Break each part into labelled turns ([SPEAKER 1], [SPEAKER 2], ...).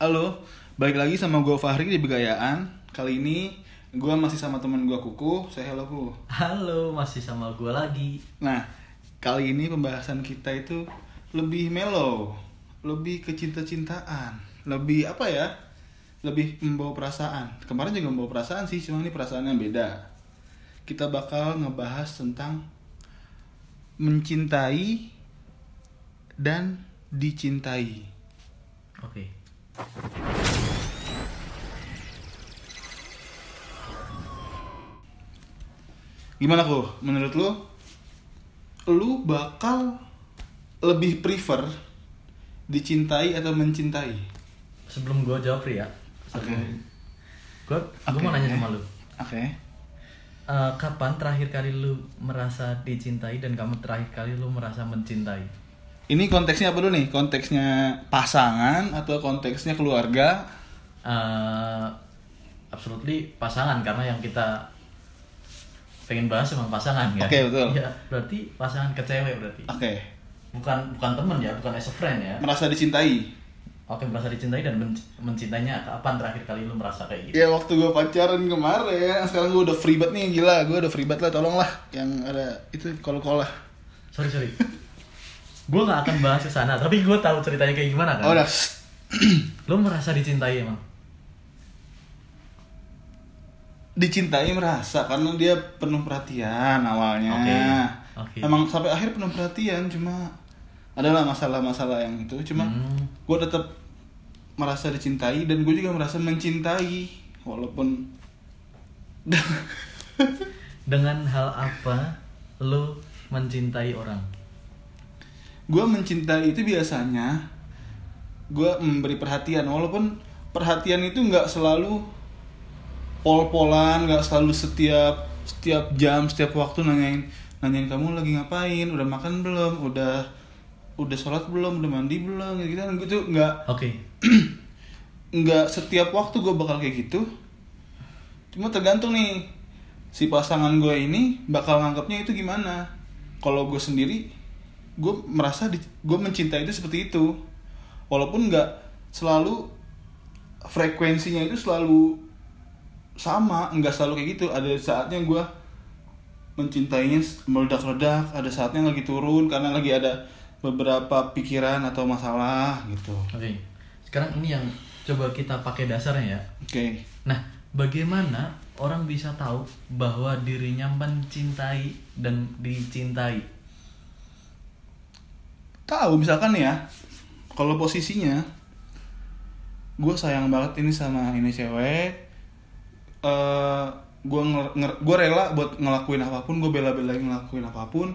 [SPEAKER 1] Halo, balik lagi sama gue Fahri di Begayaan Kali ini gue masih sama temen gue Kuku, saya hello Kuku
[SPEAKER 2] Halo, masih sama gue lagi.
[SPEAKER 1] Nah, kali ini pembahasan kita itu lebih mellow Lebih ke cinta-cintaan Lebih apa ya? Lebih membawa perasaan Kemarin juga membawa perasaan sih, cuma ini perasaan yang beda Kita bakal ngebahas tentang Mencintai dan dicintai
[SPEAKER 2] Oke.
[SPEAKER 1] Gimana kok? Menurut lo, lu bakal lebih prefer dicintai atau mencintai?
[SPEAKER 2] Sebelum gue jawab Ri, ya.
[SPEAKER 1] Oke.
[SPEAKER 2] Gue
[SPEAKER 1] Oke,
[SPEAKER 2] mau
[SPEAKER 1] oke.
[SPEAKER 2] nanya sama lu.
[SPEAKER 1] Oke.
[SPEAKER 2] Eh, kapan terakhir kali lu merasa dicintai dan kamu terakhir kali lu merasa mencintai?
[SPEAKER 1] Ini konteksnya apa dulu nih? Konteksnya pasangan atau konteksnya keluarga?
[SPEAKER 2] Eh, absolutely pasangan karena yang kita pengen bahas emang pasangan kan.
[SPEAKER 1] Oke, betul.
[SPEAKER 2] Iya, berarti pasangan ke cewek berarti.
[SPEAKER 1] Oke.
[SPEAKER 2] Bukan bukan temen ya, bukan as a friend ya.
[SPEAKER 1] Merasa dicintai?
[SPEAKER 2] Oke, merasa dicintai dan menc- mencintainya kapan terakhir kali lu merasa kayak gitu?
[SPEAKER 1] Ya waktu gue pacaran kemarin, sekarang gue udah free banget nih gila, gue udah free banget lah, tolonglah yang ada itu kol-kol lah.
[SPEAKER 2] sorry sorry gue nggak akan bahas ke sana tapi gue tahu ceritanya kayak gimana kan
[SPEAKER 1] Oh, udah.
[SPEAKER 2] lo merasa dicintai emang
[SPEAKER 1] dicintai merasa karena dia penuh perhatian awalnya.
[SPEAKER 2] Oke, oke.
[SPEAKER 1] Emang sampai akhir penuh perhatian cuma adalah masalah-masalah yang itu cuma
[SPEAKER 2] Hmm.
[SPEAKER 1] gue tetap merasa dicintai dan gue juga merasa mencintai walaupun
[SPEAKER 2] dengan hal apa lo mencintai orang
[SPEAKER 1] gue mencintai itu biasanya gue memberi perhatian walaupun perhatian itu nggak selalu pol-polan nggak selalu setiap setiap jam setiap waktu nanyain nanyain kamu lagi ngapain udah makan belum udah udah sholat belum udah mandi belum gitu gitu tuh nggak
[SPEAKER 2] oke
[SPEAKER 1] nggak setiap waktu gue bakal kayak gitu cuma tergantung nih si pasangan gue ini bakal nganggapnya itu gimana kalau gue sendiri gue merasa gue mencintai itu seperti itu walaupun nggak selalu frekuensinya itu selalu sama nggak selalu kayak gitu ada saatnya gue mencintainya meledak-ledak ada saatnya lagi turun karena lagi ada beberapa pikiran atau masalah gitu
[SPEAKER 2] oke sekarang ini yang coba kita pakai dasarnya ya
[SPEAKER 1] oke
[SPEAKER 2] nah bagaimana orang bisa tahu bahwa dirinya mencintai dan dicintai
[SPEAKER 1] tahu misalkan nih ya kalau posisinya gue sayang banget ini sama ini cewek eh gue nger- nger- gua rela buat ngelakuin apapun gue bela-belain ngelakuin apapun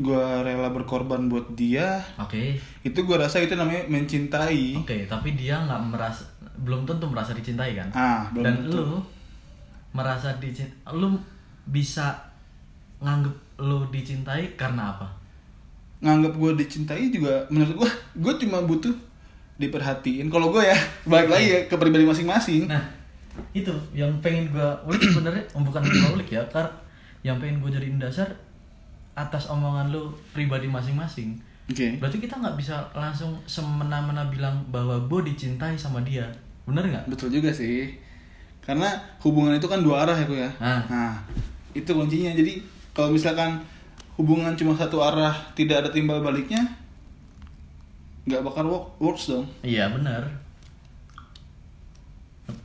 [SPEAKER 1] gue rela berkorban buat dia
[SPEAKER 2] oke
[SPEAKER 1] itu gue rasa itu namanya mencintai
[SPEAKER 2] oke tapi dia nggak merasa belum tentu merasa dicintai kan
[SPEAKER 1] ah belum
[SPEAKER 2] dan
[SPEAKER 1] tentu.
[SPEAKER 2] lu merasa dicintai lu bisa nganggep lu dicintai karena apa
[SPEAKER 1] nganggap gue dicintai juga menurut gue gue cuma butuh diperhatiin kalau gue ya balik lagi ya ke pribadi masing-masing
[SPEAKER 2] Iya. nah itu yang pengen gua ulik sebenarnya oh, bukan gua ulik ya kar yang pengen gua jadiin dasar atas omongan lu pribadi masing-masing
[SPEAKER 1] oke
[SPEAKER 2] berarti kita nggak bisa langsung semena-mena bilang bahwa gua dicintai sama dia bener nggak
[SPEAKER 1] Betul juga sih. Karena hubungan itu kan dua arah ya, Ku ya.
[SPEAKER 2] Ah.
[SPEAKER 1] Nah, itu kuncinya. Jadi, kalau misalkan hubungan cuma satu arah, tidak ada timbal baliknya, nggak bakal work, works dong.
[SPEAKER 2] iya bener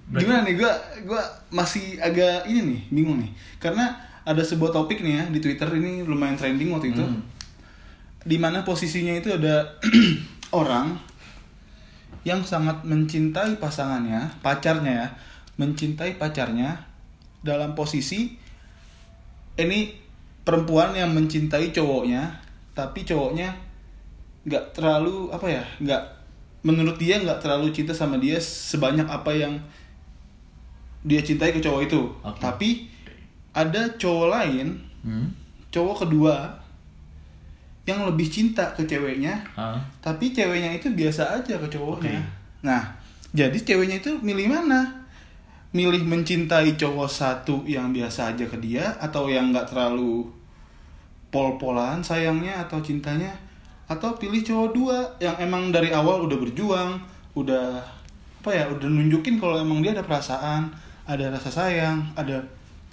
[SPEAKER 2] Berarti-
[SPEAKER 1] Gimana nih, gua gua masih agak ini nih, bingung nih. Karena ada sebuah topik nih ya di Twitter ini lumayan trending waktu itu.
[SPEAKER 2] Hmm.
[SPEAKER 1] Di mana posisinya itu ada orang yang sangat mencintai pasangannya, pacarnya ya, mencintai pacarnya dalam posisi ini perempuan yang mencintai cowoknya, tapi cowoknya nggak terlalu apa ya, nggak menurut dia nggak terlalu cinta sama dia sebanyak apa yang dia cintai ke cowok itu.
[SPEAKER 2] Oke.
[SPEAKER 1] Tapi ada cowok lain,
[SPEAKER 2] hmm?
[SPEAKER 1] cowok kedua yang lebih cinta ke ceweknya
[SPEAKER 2] Ah.
[SPEAKER 1] tapi ceweknya itu biasa aja ke cowoknya.
[SPEAKER 2] Oke.
[SPEAKER 1] Nah, jadi ceweknya itu milih mana? Milih mencintai cowok satu yang biasa aja ke dia atau yang nggak terlalu pol-polan sayangnya atau cintanya atau pilih cowok dua yang emang dari awal udah berjuang, udah apa apa ya udah nunjukin kalau emang dia ada perasaan ada rasa sayang ada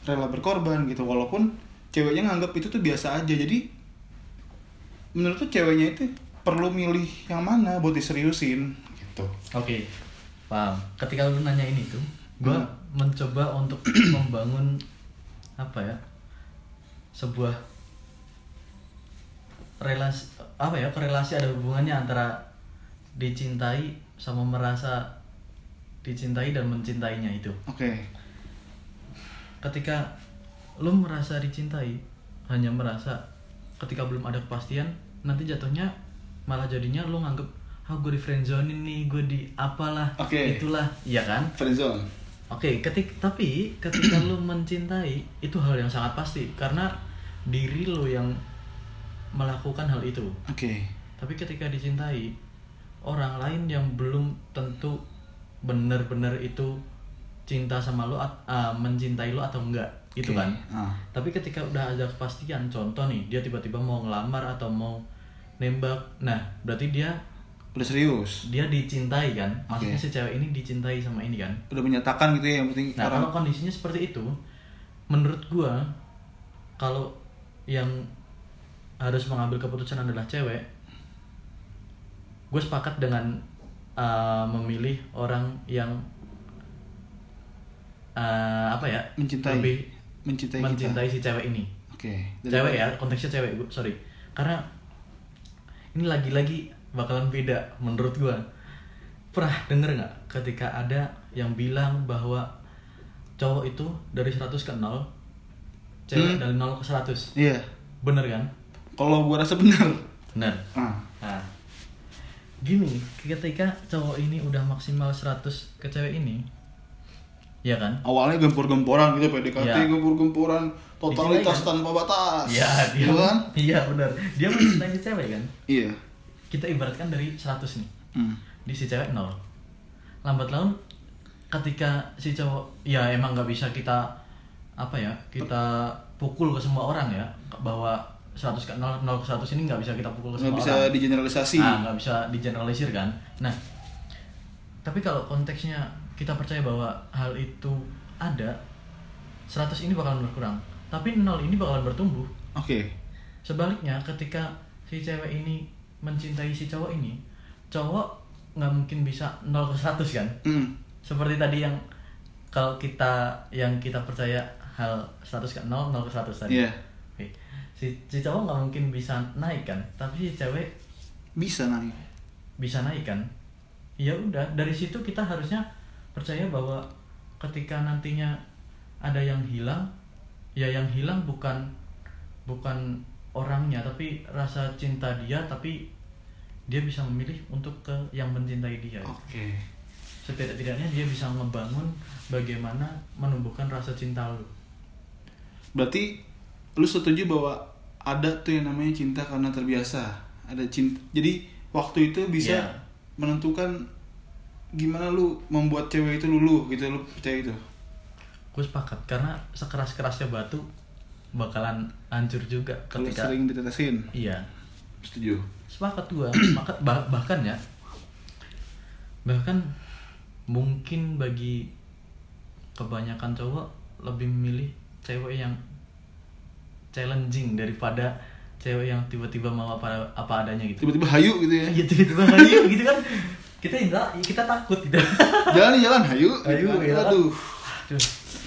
[SPEAKER 1] rela berkorban gitu walaupun ceweknya nganggap itu tuh biasa aja jadi menurut tuh ceweknya itu perlu milih yang mana buat diseriusin gitu
[SPEAKER 2] Oke, paham. Ketika lu nanya ini tuh, gua
[SPEAKER 1] Hmm.
[SPEAKER 2] mencoba untuk membangun apa ya? Sebuah relasi apa ya? Korelasi ada hubungannya antara dicintai sama merasa dicintai dan mencintainya itu.
[SPEAKER 1] oke
[SPEAKER 2] Ketika lu merasa dicintai, hanya merasa ketika belum ada kepastian, nanti jatuhnya malah jadinya lu nganggep ah gue di friendzone nih, gue di apalah,
[SPEAKER 1] Oke.
[SPEAKER 2] itulah, iya kan?
[SPEAKER 1] friendzone
[SPEAKER 2] Oke, ketik tapi ketika lu mencintai itu hal yang sangat pasti karena diri lu yang melakukan hal itu.
[SPEAKER 1] oke
[SPEAKER 2] Tapi ketika dicintai orang lain yang belum tentu benar-benar itu cinta sama lu at- ah, mencintai lu atau enggak, gitu
[SPEAKER 1] Oke.
[SPEAKER 2] kan?
[SPEAKER 1] Ah.
[SPEAKER 2] Tapi ketika udah ada kepastian, contoh nih dia tiba-tiba mau ngelamar atau mau nembak, nah berarti dia
[SPEAKER 1] udah serius
[SPEAKER 2] dia dicintai kan? Maksudnya
[SPEAKER 1] Oke.
[SPEAKER 2] si cewek ini dicintai sama ini kan?
[SPEAKER 1] udah menyatakan gitu ya yang penting
[SPEAKER 2] Nah,
[SPEAKER 1] orang
[SPEAKER 2] kalau kondisinya seperti itu, menurut gua kalau yang harus mengambil keputusan adalah cewek, gue sepakat dengan uh, memilih orang yang uh, apa ya
[SPEAKER 1] mencintai
[SPEAKER 2] lebih
[SPEAKER 1] mencintai, kita
[SPEAKER 2] mencintai si cewek ini.
[SPEAKER 1] oke
[SPEAKER 2] cewek ya konteksnya cewek, gua- sorry. Karena ini lagi-lagi bakalan beda menurut gua. Pernah denger nggak ketika ada yang bilang bahwa cowok itu dari 100 ke 0, cewek
[SPEAKER 1] Hmm.
[SPEAKER 2] dari 0 ke 100.
[SPEAKER 1] iya
[SPEAKER 2] Bener kan?
[SPEAKER 1] kalau gua rasa benar
[SPEAKER 2] Bener.
[SPEAKER 1] ah
[SPEAKER 2] Nah, gini, ketika cowok ini udah maksimal 100 ke cewek ini, ya kan?
[SPEAKER 1] awalnya gempur-gempuran gitu PDKT
[SPEAKER 2] Iya.
[SPEAKER 1] gempur-gempuran totalitas
[SPEAKER 2] Dicintai, kan?
[SPEAKER 1] tanpa batas
[SPEAKER 2] Iya, dia.
[SPEAKER 1] Iya kan
[SPEAKER 2] Iya, bener. Dia mencintai si cewek kan?
[SPEAKER 1] iya
[SPEAKER 2] Kita ibaratkan dari 100 nih.
[SPEAKER 1] Hmm.
[SPEAKER 2] di si cewek nol lambat laun ketika si cowok ya emang nggak bisa kita apa ya kita pukul ke semua orang ya bahwa 100 ke 0, 0 ke 100 ini nggak bisa kita pukul ke
[SPEAKER 1] nggak
[SPEAKER 2] semua
[SPEAKER 1] bisa
[SPEAKER 2] orang
[SPEAKER 1] digeneralisasi
[SPEAKER 2] Nah, nggak bisa digeneralisir kan nah tapi kalau konteksnya kita percaya bahwa hal itu ada 100 ini bakalan berkurang tapi 0 ini bakalan bertumbuh
[SPEAKER 1] oke
[SPEAKER 2] Sebaliknya ketika si cewek ini mencintai si cowok ini, cowok nggak mungkin bisa 0 ke 100 kan?
[SPEAKER 1] Hmm.
[SPEAKER 2] Seperti tadi yang kalau kita yang kita percaya hal 100 ke 0, 0 ke 100 tadi.
[SPEAKER 1] Iya.
[SPEAKER 2] Oke. Si, si cowok nggak mungkin bisa naik kan, tapi si cewek
[SPEAKER 1] bisa naik
[SPEAKER 2] bisa naik kan? Ya udah, dari situ kita harusnya percaya bahwa ketika nantinya ada yang hilang, ya yang hilang bukan bukan orangnya tapi rasa cinta dia tapi dia bisa memilih untuk ke yang mencintai dia.
[SPEAKER 1] oke
[SPEAKER 2] Setidak-tidaknya dia bisa ngebangun bagaimana menumbuhkan rasa cinta lu.
[SPEAKER 1] berarti lu setuju bahwa ada tuh yang namanya cinta karena terbiasa ada cinta jadi waktu itu bisa
[SPEAKER 2] Iya.
[SPEAKER 1] menentukan gimana lu membuat cewek itu luluh gitu lu percaya itu
[SPEAKER 2] Gue sepakat karena sekeras-kerasnya batu bakalan hancur juga
[SPEAKER 1] kalau
[SPEAKER 2] ketika
[SPEAKER 1] sering ditetesin
[SPEAKER 2] iya
[SPEAKER 1] setuju
[SPEAKER 2] sepakat gua maka bah- bahkan ya bahkan mungkin bagi kebanyakan cowok lebih milih cewek yang challenging daripada cewek yang tiba-tiba mau apa apa adanya gitu
[SPEAKER 1] tiba-tiba hayu gitu ya
[SPEAKER 2] ya tiba-tiba ayo gitu kan kita enggak kita takut gitu
[SPEAKER 1] jalan jalan hayu
[SPEAKER 2] Hayu,
[SPEAKER 1] gitu kan.
[SPEAKER 2] ya.
[SPEAKER 1] aduh
[SPEAKER 2] Aduh,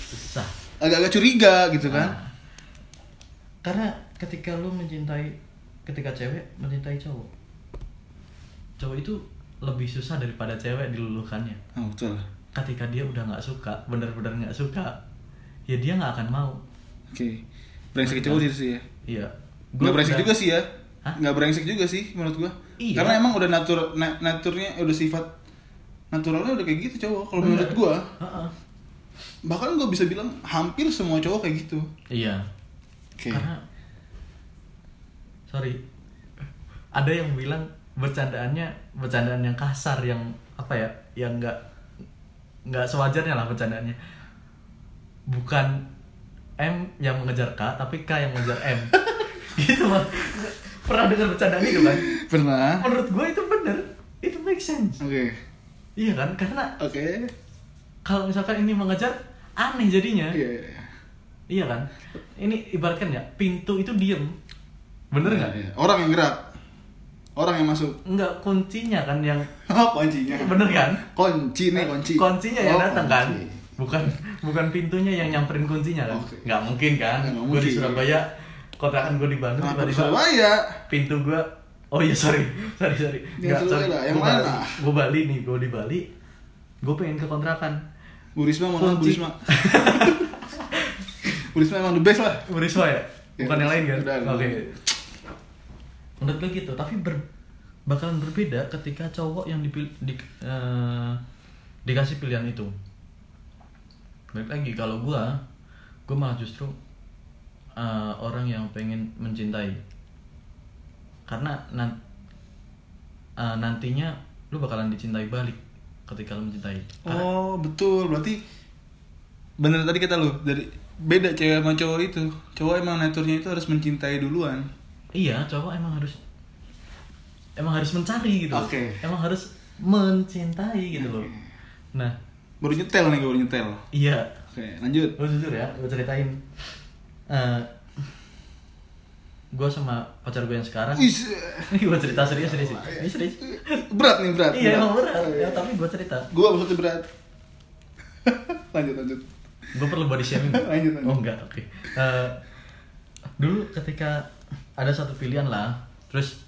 [SPEAKER 2] susah
[SPEAKER 1] agak-agak curiga gitu kan
[SPEAKER 2] Nah, karena ketika lu mencintai ketika cewek mencintai cowok cowok itu lebih susah daripada cewek diluluhkannya
[SPEAKER 1] nah, betul oke
[SPEAKER 2] ketika dia udah nggak suka bener-bener nggak suka ya dia nggak akan mau
[SPEAKER 1] brengsek cowok sih itu sih ya
[SPEAKER 2] iya
[SPEAKER 1] nggak brengsek
[SPEAKER 2] udah-
[SPEAKER 1] juga sih ya
[SPEAKER 2] Hah?
[SPEAKER 1] nggak brengsek juga sih menurut gua
[SPEAKER 2] Iya.
[SPEAKER 1] karena emang udah natur na- naturnya udah sifat naturalnya udah kayak gitu cowok kalau menurut gua
[SPEAKER 2] Heeh.
[SPEAKER 1] bahkan gua bisa bilang hampir semua cowok kayak gitu
[SPEAKER 2] iya
[SPEAKER 1] oke
[SPEAKER 2] karena sorry ada yang bilang bercandaannya bercandaan yang kasar yang apa ya yang nggak nggak sewajarnya lah bercandaannya bukan M yang mengejar K tapi K yang mengejar M gitu Bang. pernah dengar bercandaan itu kan
[SPEAKER 1] pernah
[SPEAKER 2] menurut gue itu bener itu make sense
[SPEAKER 1] oke
[SPEAKER 2] Iya kan? Karena
[SPEAKER 1] Oke.
[SPEAKER 2] kalau misalkan ini mengejar aneh jadinya.
[SPEAKER 1] Iya. iya, iya.
[SPEAKER 2] Iya kan? Ini ibaratkan ya, pintu itu diem. Bener
[SPEAKER 1] Iya,
[SPEAKER 2] nggak?
[SPEAKER 1] iya. Orang yang gerak. Orang yang masuk.
[SPEAKER 2] Nggak kuncinya kan yang
[SPEAKER 1] Oh, kuncinya.
[SPEAKER 2] bener kan?
[SPEAKER 1] Kunci nih, kunci.
[SPEAKER 2] Kuncinya yang
[SPEAKER 1] Oh,
[SPEAKER 2] datang kan?
[SPEAKER 1] kunci.
[SPEAKER 2] Bukan bukan pintunya yang nyamperin kuncinya kan?
[SPEAKER 1] Oke.
[SPEAKER 2] Nggak mungkin kan?
[SPEAKER 1] Nggak
[SPEAKER 2] Gue
[SPEAKER 1] mungkin.
[SPEAKER 2] di Surabaya, kontrakan gue di Bandung
[SPEAKER 1] Kenapa di
[SPEAKER 2] tiba-tiba
[SPEAKER 1] Surabaya?
[SPEAKER 2] pintu gue Oh iya sorry, sorry sorry.
[SPEAKER 1] Ya, Surabaya lah, yang
[SPEAKER 2] gue
[SPEAKER 1] mana?
[SPEAKER 2] Bali, gue Bali nih, gue di Bali. Gue pengen ke kontrakan.
[SPEAKER 1] Bu Risma mana? Bu
[SPEAKER 2] Kunci.
[SPEAKER 1] Risma. Bu Risma emang the best lah.
[SPEAKER 2] Beriswa ya?
[SPEAKER 1] Ya,
[SPEAKER 2] Bukan yang lain kan?
[SPEAKER 1] udah, udah.
[SPEAKER 2] Oke. Menurut gue gitu, tapi ber bakalan berbeda ketika cowok yang dipil di, eh, dikasih pilihan itu. Balik lagi kalau gua, gua malah justru eh, orang yang pengen mencintai. Karena nan- eh, nantinya lu bakalan dicintai balik ketika lu mencintai. Karena-
[SPEAKER 1] Oh, betul. Berarti bener tadi kata lu dari beda cewek sama cowok itu. Cowok emang naturnya itu harus mencintai duluan.
[SPEAKER 2] Iya, cowok emang harus emang harus mencari gitu. loh.
[SPEAKER 1] Oke.
[SPEAKER 2] Emang harus mencintai gitu loh. Nah,
[SPEAKER 1] Baru nyetel nih, gue baru nyetel.
[SPEAKER 2] iya,
[SPEAKER 1] Oke, lanjut.
[SPEAKER 2] gue jujur ya, gue ceritain. Eh gue sama pacar gue yang sekarang.
[SPEAKER 1] Wih,
[SPEAKER 2] Ini gue cerita serius serius. Ini serius.
[SPEAKER 1] berat nih berat.
[SPEAKER 2] Iya, emang berat. Ya, tapi gue cerita.
[SPEAKER 1] Gue maksudnya berat. lanjut lanjut.
[SPEAKER 2] Gue perlu body shaming. nggak?
[SPEAKER 1] Lanjut, lanjut.
[SPEAKER 2] Oh enggak, oke. Eh, dulu ketika ada satu pilihan lah, terus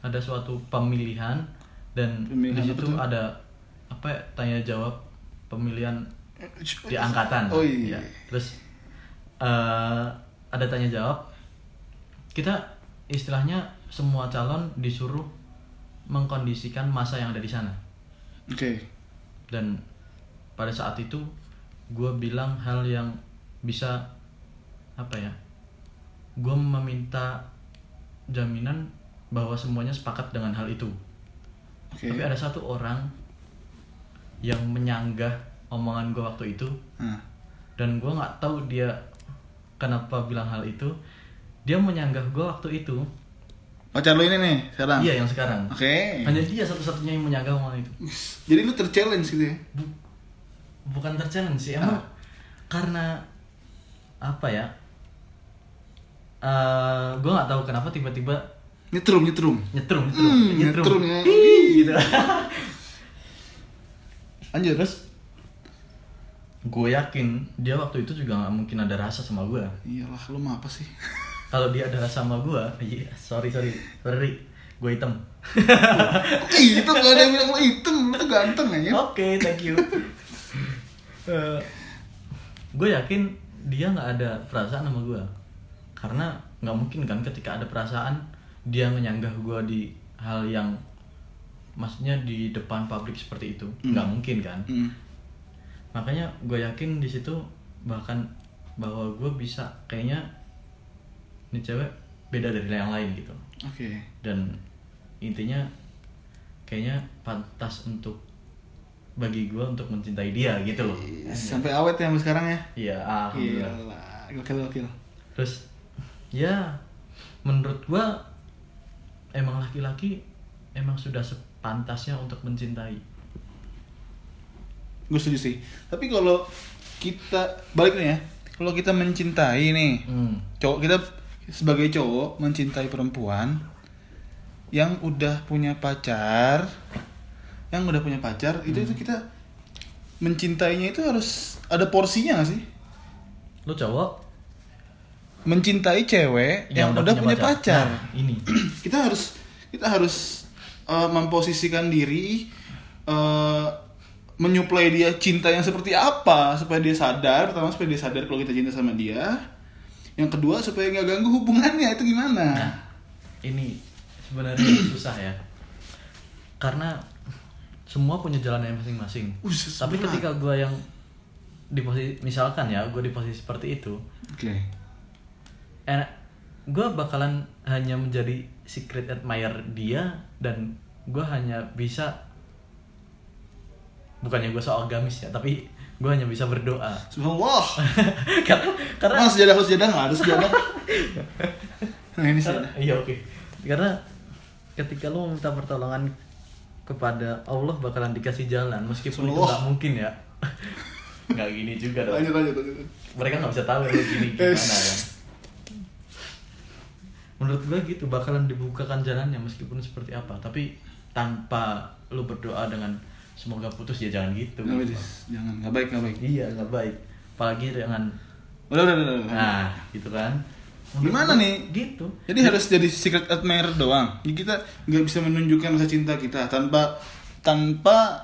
[SPEAKER 2] ada suatu pemilihan dan
[SPEAKER 1] Pemilihan
[SPEAKER 2] di
[SPEAKER 1] apa
[SPEAKER 2] situ
[SPEAKER 1] tuh?
[SPEAKER 2] ada apa ya, tanya jawab pemilihan di angkatan.
[SPEAKER 1] Oh iya.
[SPEAKER 2] Ya. Terus eh, ada tanya jawab. Kita istilahnya semua calon disuruh mengkondisikan masa yang ada di sana
[SPEAKER 1] Oke.
[SPEAKER 2] dan pada saat itu gue bilang hal yang bisa apa ya gue meminta jaminan bahwa semuanya sepakat dengan hal itu
[SPEAKER 1] Oke.
[SPEAKER 2] tapi ada satu orang yang menyanggah omongan gue waktu itu
[SPEAKER 1] Nah.
[SPEAKER 2] dan gue nggak tahu dia kenapa bilang hal itu dia menyanggah gue waktu itu
[SPEAKER 1] Pacar lu ini nih sekarang.
[SPEAKER 2] iya yang sekarang
[SPEAKER 1] Nah. Oke.
[SPEAKER 2] hanya dia satu-satunya yang menyanggah omongan itu
[SPEAKER 1] Wis, Jadi lu terchallenge gitu ya?
[SPEAKER 2] bukan terchallenge sih emang
[SPEAKER 1] Ah.
[SPEAKER 2] karena apa ya Eh gue nggak tahu kenapa tiba-tiba
[SPEAKER 1] Nyetrum nyetrum.
[SPEAKER 2] nyetrum gitu nyetrum
[SPEAKER 1] Hmm, nyetrum ya.
[SPEAKER 2] Ih, gitu
[SPEAKER 1] Lanjut.
[SPEAKER 2] terus gue yakin dia waktu itu juga nggak mungkin ada rasa sama gue
[SPEAKER 1] Iyalah, lu mah apa sih?
[SPEAKER 2] kalau dia ada rasa sama gue iya sorry sorry sorry gue hitam
[SPEAKER 1] Ih, itu gak ada yang bilang lu hitam, itu ganteng aja.
[SPEAKER 2] oke thank you Eh, gue yakin dia nggak ada perasaan sama gue karena nggak mungkin kan ketika ada perasaan dia menyanggah gue di hal yang maksudnya di depan publik seperti itu nggak mungkin kan
[SPEAKER 1] Hmm.
[SPEAKER 2] makanya gue yakin di situ bahkan bahwa gue bisa kayaknya ini cewek beda dari yang lain gitu
[SPEAKER 1] Oke.
[SPEAKER 2] dan intinya kayaknya pantas untuk bagi gue untuk mencintai dia gitu loh
[SPEAKER 1] Sampai awet ya sampai sekarang ya.
[SPEAKER 2] iya alhamdulillah
[SPEAKER 1] Iyalah, gokil gokil.
[SPEAKER 2] terus ya menurut gue emang laki-laki emang sudah sepantasnya untuk mencintai
[SPEAKER 1] Gue setuju sih. Tapi kalau kita balik nih ya, kalau kita mencintai nih,
[SPEAKER 2] hmm.
[SPEAKER 1] cowok kita sebagai cowok mencintai perempuan yang udah punya pacar, yang udah punya pacar itu itu kita mencintainya itu harus ada porsinya gak sih?
[SPEAKER 2] lo cowok
[SPEAKER 1] Mencintai cewek yang, udah punya, pacar.
[SPEAKER 2] Nah, ini
[SPEAKER 1] kita harus kita harus eh, memposisikan diri eh, menyuplai dia cinta yang seperti apa supaya dia sadar pertama supaya dia sadar kalau kita cinta sama dia yang kedua supaya nggak ganggu hubungannya itu gimana
[SPEAKER 2] nah ini sebenarnya susah ya karena semua punya jalannya masing-masing
[SPEAKER 1] Usus,
[SPEAKER 2] tapi
[SPEAKER 1] berat.
[SPEAKER 2] ketika gue yang di posisi misalkan ya gue di posisi seperti itu
[SPEAKER 1] oke
[SPEAKER 2] enak gue bakalan hanya menjadi secret admirer dia dan gue hanya bisa bukannya gue soal gamis ya tapi gue hanya bisa berdoa
[SPEAKER 1] subhanallah
[SPEAKER 2] karena karena
[SPEAKER 1] Emang sejadah harus sejadah nggak harus sejadah nah ini
[SPEAKER 2] karena-
[SPEAKER 1] sejadah
[SPEAKER 2] iya oke karena ketika lo meminta pertolongan kepada Allah bakalan dikasih jalan meskipun itu
[SPEAKER 1] Semua.
[SPEAKER 2] nggak mungkin ya nggak gini juga dong
[SPEAKER 1] lanjut lanjut lanjut
[SPEAKER 2] mereka nggak bisa tahu lu gini gimana ya menurut gue gitu bakalan dibukakan jalannya meskipun seperti apa tapi tanpa lu berdoa dengan semoga putus ya jangan gitu
[SPEAKER 1] Nggak, Widis. jangan nggak baik nggak baik
[SPEAKER 2] iya nggak baik apalagi dengan
[SPEAKER 1] udah udah udah, udah, udah.
[SPEAKER 2] nah gitu kan Menurut
[SPEAKER 1] Gimana
[SPEAKER 2] gua
[SPEAKER 1] nih?
[SPEAKER 2] gitu
[SPEAKER 1] Jadi harus jadi secret admirer doang. Jadi kita nggak bisa menunjukkan rasa cinta kita tanpa tanpa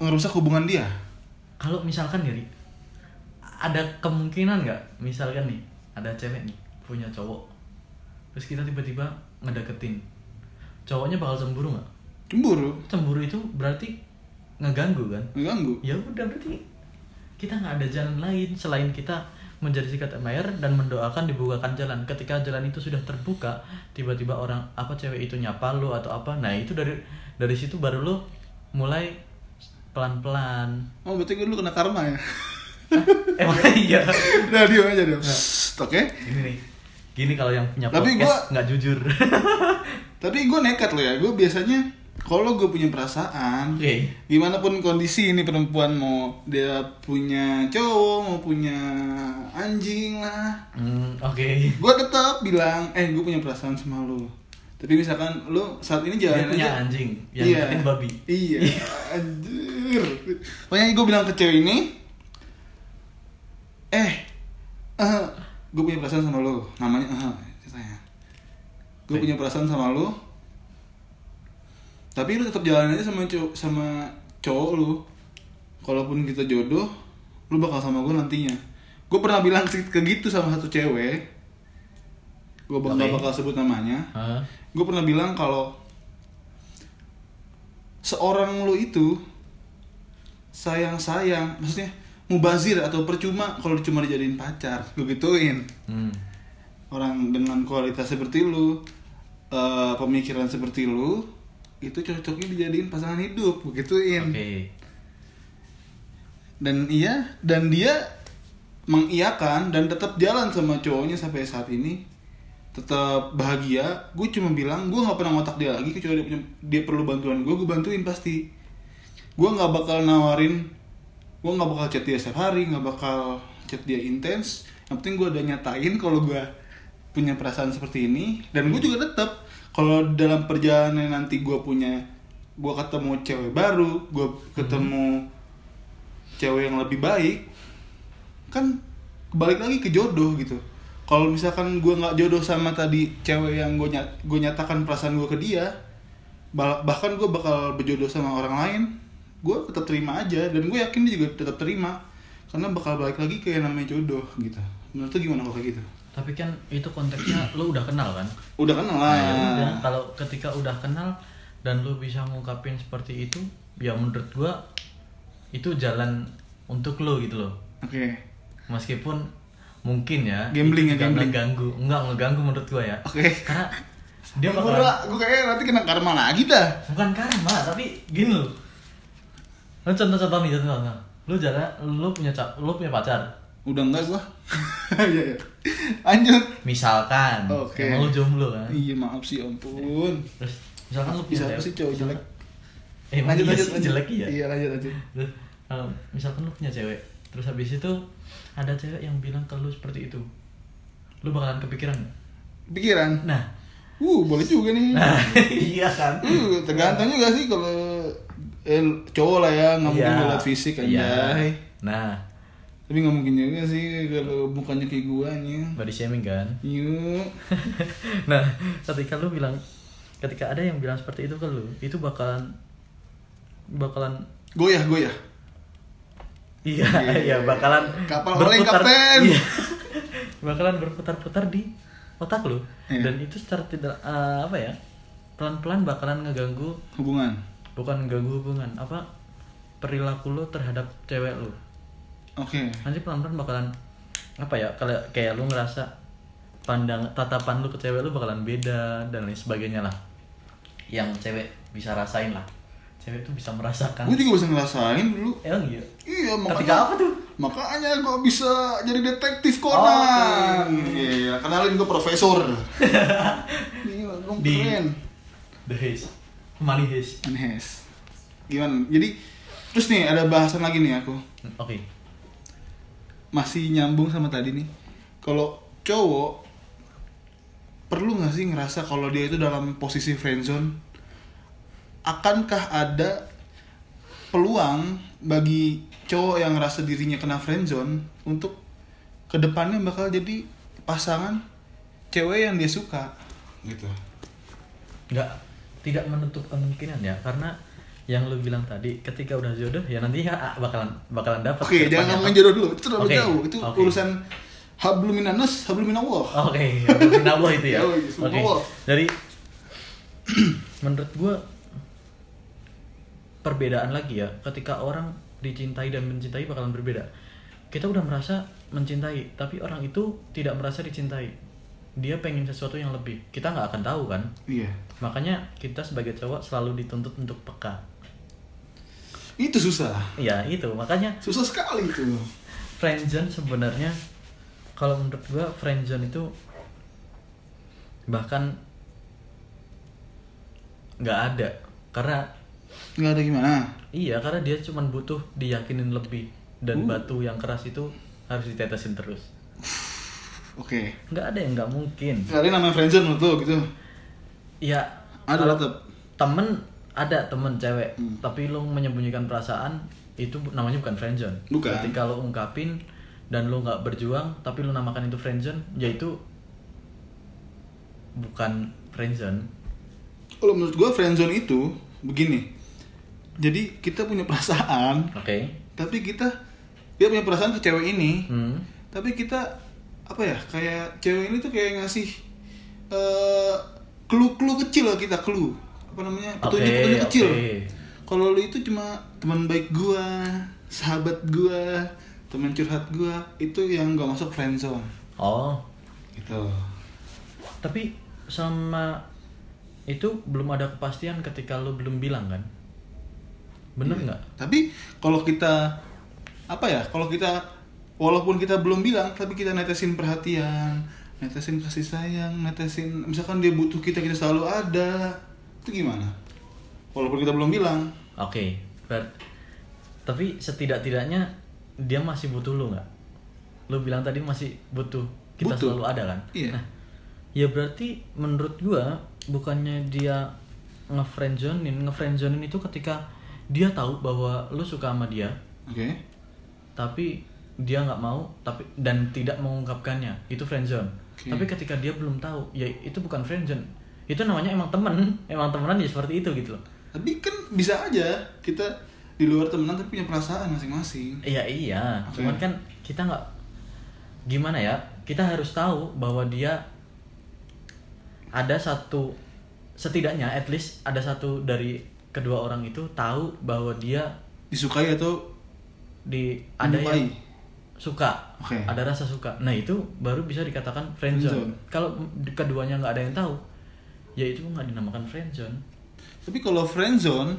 [SPEAKER 1] ngerusak hubungan dia.
[SPEAKER 2] kalau misalkan nih Ri, ada kemungkinan nggak misalkan nih ada cewek nih punya cowok terus kita tiba-tiba ngedeketin cowoknya bakal cemburu nggak
[SPEAKER 1] Cemburu,
[SPEAKER 2] cemburu itu berarti ngeganggu kan
[SPEAKER 1] mengganggu.
[SPEAKER 2] ya udah berarti kita nggak ada jalan lain selain kita menjadi sikat admirer dan mendoakan dibukakan jalan ketika jalan itu sudah terbuka tiba-tiba orang apa cewek itu nyapa lo atau apa nah itu dari dari situ baru lo mulai pelan-pelan
[SPEAKER 1] Oh berarti gue dulu kena karma ya.
[SPEAKER 2] emang iya
[SPEAKER 1] Udah diam aja diam. Shh, Oke.
[SPEAKER 2] gini nih gini kalau yang punya
[SPEAKER 1] Tapi
[SPEAKER 2] podcast
[SPEAKER 1] gua-
[SPEAKER 2] nggak jujur
[SPEAKER 1] Tapi gue nekat loh ya. Gue biasanya kalau gue punya perasaan,
[SPEAKER 2] oke
[SPEAKER 1] gimana pun kondisi ini perempuan mau dia punya cowok, mau punya anjing lah,
[SPEAKER 2] Hmm, oke
[SPEAKER 1] gue tetap bilang eh gue punya perasaan sama lu tapi misalkan lu saat ini
[SPEAKER 2] dia
[SPEAKER 1] jalan
[SPEAKER 2] punya
[SPEAKER 1] aja
[SPEAKER 2] anjing yang
[SPEAKER 1] Iya.
[SPEAKER 2] deketin babi
[SPEAKER 1] iya anjir pokoknya gue bilang ke cewek ini eh eh gue punya perasaan sama lu namanya eh ceritanya gue
[SPEAKER 2] Baik.
[SPEAKER 1] punya perasaan sama lu tapi lu tetap jalan aja sama cowok sama cowok lu kalaupun kita jodoh lu bakal sama gue nantinya gue pernah bilang ke ke gitu sama satu cewek gue bakal
[SPEAKER 2] Oke.
[SPEAKER 1] bakal sebut namanya
[SPEAKER 2] Hah?
[SPEAKER 1] gue pernah bilang kalau seorang lu itu sayang sayang maksudnya mubazir atau percuma kalau cuma dijadiin pacar lu gituin
[SPEAKER 2] Hmm.
[SPEAKER 1] orang dengan kualitas seperti lu eh, pemikiran seperti lu itu cocoknya dijadiin pasangan hidup
[SPEAKER 2] oke
[SPEAKER 1] begituin dan iya dan dia mengiyakan dan tetap jalan sama cowoknya sampai saat ini tetap bahagia gue cuma bilang gue nggak pernah ngotak dia lagi kecuali dia, punya- dia perlu bantuan gue gue bantuin pasti gue nggak bakal nawarin gue nggak bakal chat dia setiap hari nggak bakal chat dia intens yang penting gue udah nyatain kalau gue punya perasaan seperti ini dan gue juga tetap kalau dalam perjalanan nanti gue punya gue ketemu cewek baru gue ketemu cewek yang lebih baik kan balik lagi ke jodoh gitu kalau misalkan gue nggak jodoh sama tadi cewek yang gue gue nyatakan perasaan gue ke dia bal- bahkan gue bakal berjodoh sama orang lain gue tetap terima aja dan gue yakin dia juga tetap terima karena bakal balik lagi ke yang namanya jodoh gitu menurut lu gimana kalau kayak gitu
[SPEAKER 2] tapi kan itu konteksnya lo udah kenal kan
[SPEAKER 1] udah kenal lah
[SPEAKER 2] Nah, ya udah, kalau ketika udah kenal dan lu bisa ngungkapin seperti itu, ya menurut gua itu jalan untuk lu gitu loh.
[SPEAKER 1] oke
[SPEAKER 2] Meskipun mungkin ya
[SPEAKER 1] Gambling ya,
[SPEAKER 2] itu juga
[SPEAKER 1] gambling.
[SPEAKER 2] ngeganggu, enggak ngeganggu menurut gua ya.
[SPEAKER 1] oke
[SPEAKER 2] Karena dia
[SPEAKER 1] Gua
[SPEAKER 2] bakalan
[SPEAKER 1] gue kayaknya nanti kena karma lagi dah
[SPEAKER 2] bukan karma, tapi gini loh. Lu contoh-contoh nih, contoh-contoh. Lu jalan, lu punya ca- lu punya pacar.
[SPEAKER 1] udah enggak gue iya iya lanjut
[SPEAKER 2] Misalkan,
[SPEAKER 1] Oke.
[SPEAKER 2] emang lu jomblo kan.
[SPEAKER 1] iya maaf sih ampun
[SPEAKER 2] Terus misalkan lu punya
[SPEAKER 1] Bisa apa
[SPEAKER 2] cewek-
[SPEAKER 1] sih cowok jelek?
[SPEAKER 2] Eh, emang iya sih jelek iya.
[SPEAKER 1] Iya lanjut lanjut.
[SPEAKER 2] Terus, kalau misalkan lu punya cewek terus habis itu ada cewek yang bilang ke lu seperti itu lu bakalan kepikiran nggak?
[SPEAKER 1] Pikiran.
[SPEAKER 2] nah
[SPEAKER 1] Uh boleh juga nih.
[SPEAKER 2] nah iya kan
[SPEAKER 1] Uh tergantung juga sih kalau eh, cowok lah ya nggak mungkin
[SPEAKER 2] Iya.
[SPEAKER 1] gue liat fisik aja.
[SPEAKER 2] Iya. nah
[SPEAKER 1] Tapi nggak mungkin juga sih kalau mukanya kayak gue nih.
[SPEAKER 2] body shaming kan
[SPEAKER 1] Yuk.
[SPEAKER 2] nah ketika lu bilang ketika ada yang bilang seperti itu ke lu itu bakalan bakalan
[SPEAKER 1] Goyah goyah.
[SPEAKER 2] iya
[SPEAKER 1] Iya.
[SPEAKER 2] iya bakalan
[SPEAKER 1] Kapal oleng, kapten.
[SPEAKER 2] iya. bakalan berputar-putar di otak lu
[SPEAKER 1] Iya.
[SPEAKER 2] dan itu secara tidak eh, apa ya pelan-pelan bakalan ngeganggu
[SPEAKER 1] Hubungan.
[SPEAKER 2] bukan ganggu hubungan apa perilaku lo terhadap cewek lo
[SPEAKER 1] Oke.
[SPEAKER 2] nanti pelan-pelan bakalan apa ya kalau kayak lu ngerasa pandang tatapan lu ke cewek lu bakalan beda dan lain sebagainya lah yang cewek bisa rasain lah cewek tuh bisa merasakan
[SPEAKER 1] Gue juga bisa ngerasain dulu.
[SPEAKER 2] emang iya
[SPEAKER 1] Iya
[SPEAKER 2] ketika
[SPEAKER 1] makanya.
[SPEAKER 2] Kan. apa tuh
[SPEAKER 1] Makanya gue bisa jadi detektif Conan. Iya, kenalin gue profesor. Gila, gue
[SPEAKER 2] Di-
[SPEAKER 1] Iya, keren.
[SPEAKER 2] the haze Malihis.
[SPEAKER 1] Unhes. Gimana? Jadi terus nih ada bahasan lagi nih aku.
[SPEAKER 2] Oke.
[SPEAKER 1] Masih nyambung sama tadi nih. Kalau cowok perlu nggak sih ngerasa kalau dia itu dalam posisi friendzone? Akankah ada peluang bagi cowok yang ngerasa dirinya kena friendzone untuk kedepannya bakal jadi pasangan cewek yang dia suka gitu
[SPEAKER 2] nggak tidak menutup kemungkinan ya karena yang lu bilang tadi ketika udah jodoh ya nantinya ah, bakalan bakalan dapat
[SPEAKER 1] Oke, jangan ngomongin jodoh dulu. Itu terlalu
[SPEAKER 2] Oke,
[SPEAKER 1] jauh. Itu
[SPEAKER 2] oke.
[SPEAKER 1] urusan hablum minanas, hablum minallah.
[SPEAKER 2] oke ya, Allah itu ya
[SPEAKER 1] Yoi,
[SPEAKER 2] oke
[SPEAKER 1] sumpah Allah.
[SPEAKER 2] dari menurut gua perbedaan lagi ya ketika orang dicintai dan mencintai bakalan berbeda kita udah merasa mencintai tapi orang itu tidak merasa dicintai dia pengen sesuatu yang lebih kita nggak akan tahu kan
[SPEAKER 1] Iya.
[SPEAKER 2] makanya kita sebagai cowok selalu dituntut untuk peka
[SPEAKER 1] Itu susah.
[SPEAKER 2] ya itu makanya
[SPEAKER 1] Susah sekali itu.
[SPEAKER 2] friendzone sebenarnya kalau menurut gua friendzone itu bahkan nggak ada karena
[SPEAKER 1] Nggak ada gimana.
[SPEAKER 2] iya karena dia cuma butuh diyakinin lebih dan batu yang keras itu harus ditetesin terus
[SPEAKER 1] Oke.
[SPEAKER 2] nggak ada yang nggak mungkin
[SPEAKER 1] Nggak ada yang namanya friendzone menurut lo gitu.
[SPEAKER 2] ya
[SPEAKER 1] Ada Hmm.
[SPEAKER 2] kalau
[SPEAKER 1] tetap.
[SPEAKER 2] temen ada temen cewek tapi lo menyembunyikan perasaan itu bu- namanya bukan friendzone
[SPEAKER 1] Bukan.
[SPEAKER 2] ketika lo ungkapin dan lo nggak berjuang tapi lo namakan itu friendzone yaitu bukan friendzone
[SPEAKER 1] Kalau menurut gua friendzone itu begini. Jadi kita punya perasaan,
[SPEAKER 2] oke
[SPEAKER 1] tapi kita dia punya perasaan ke cewek ini,
[SPEAKER 2] hmm.
[SPEAKER 1] tapi kita apa ya kayak cewek ini tuh kayak ngasih eh clue-clue kecil lah kita clue apa namanya petunjuk petunjuk
[SPEAKER 2] Oke,
[SPEAKER 1] kecil
[SPEAKER 2] oke.
[SPEAKER 1] kalau lu itu cuma teman baik gua sahabat gua teman curhat gua itu yang gak masuk friendzone
[SPEAKER 2] oh
[SPEAKER 1] gitu
[SPEAKER 2] tapi sama itu belum ada kepastian ketika lo belum bilang kan bener
[SPEAKER 1] Iya.
[SPEAKER 2] nggak
[SPEAKER 1] tapi kalau kita apa ya kalau kita walaupun kita belum bilang tapi kita netesin perhatian netesin kasih sayang netesin misalkan dia butuh kita kita selalu ada itu gimana walaupun kita belum bilang
[SPEAKER 2] oke ber- tapi setidak-tidaknya dia masih butuh lo nggak lo bilang tadi masih butuh kita
[SPEAKER 1] Butuh.
[SPEAKER 2] selalu ada kan
[SPEAKER 1] Iya.
[SPEAKER 2] Nah, ya berarti menurut gua bukannya dia ngefriendzonin ngefriendzonin itu ketika dia tahu bahwa lo suka sama dia
[SPEAKER 1] oke
[SPEAKER 2] tapi dia nggak mau tapi dan tidak mengungkapkannya itu friendzone
[SPEAKER 1] Oke.
[SPEAKER 2] tapi ketika dia belum tahu ya itu bukan friendzone itu namanya emang temen emang temenan ya seperti itu gitu loh
[SPEAKER 1] tapi kan bisa aja kita di luar temenan tapi punya perasaan masing-masing
[SPEAKER 2] Iya iya,
[SPEAKER 1] Oke.
[SPEAKER 2] cuman kan kita nggak gimana ya, kita harus tahu bahwa dia ada satu setidaknya at least ada satu dari kedua orang itu tahu bahwa dia
[SPEAKER 1] disukai atau
[SPEAKER 2] di ada yang
[SPEAKER 1] menyukai
[SPEAKER 2] suka,
[SPEAKER 1] Oke.
[SPEAKER 2] ada rasa suka. Nah itu baru bisa dikatakan friendzone.
[SPEAKER 1] Friendzone.
[SPEAKER 2] Kalau keduanya nggak ada yang tahu, ya itu nggak dinamakan friendzone.
[SPEAKER 1] tapi kalau friendzone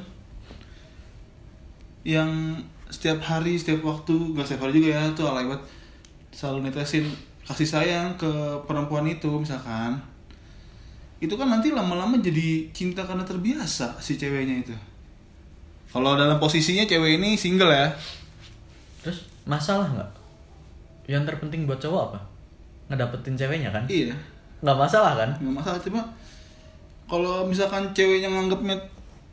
[SPEAKER 1] yang setiap hari setiap waktu gak setiap hari juga ya tuh alay banget selalu netesin kasih sayang ke perempuan itu misalkan itu kan nanti lama-lama jadi cinta karena terbiasa si ceweknya itu kalau dalam posisinya cewek ini single ya
[SPEAKER 2] Terus masalah nggak? Yang terpenting buat cowok apa? Ngedapetin ceweknya kan?
[SPEAKER 1] iya
[SPEAKER 2] Nggak masalah kan?
[SPEAKER 1] nggak masalah cuma kalau misalkan ceweknya nganggapnya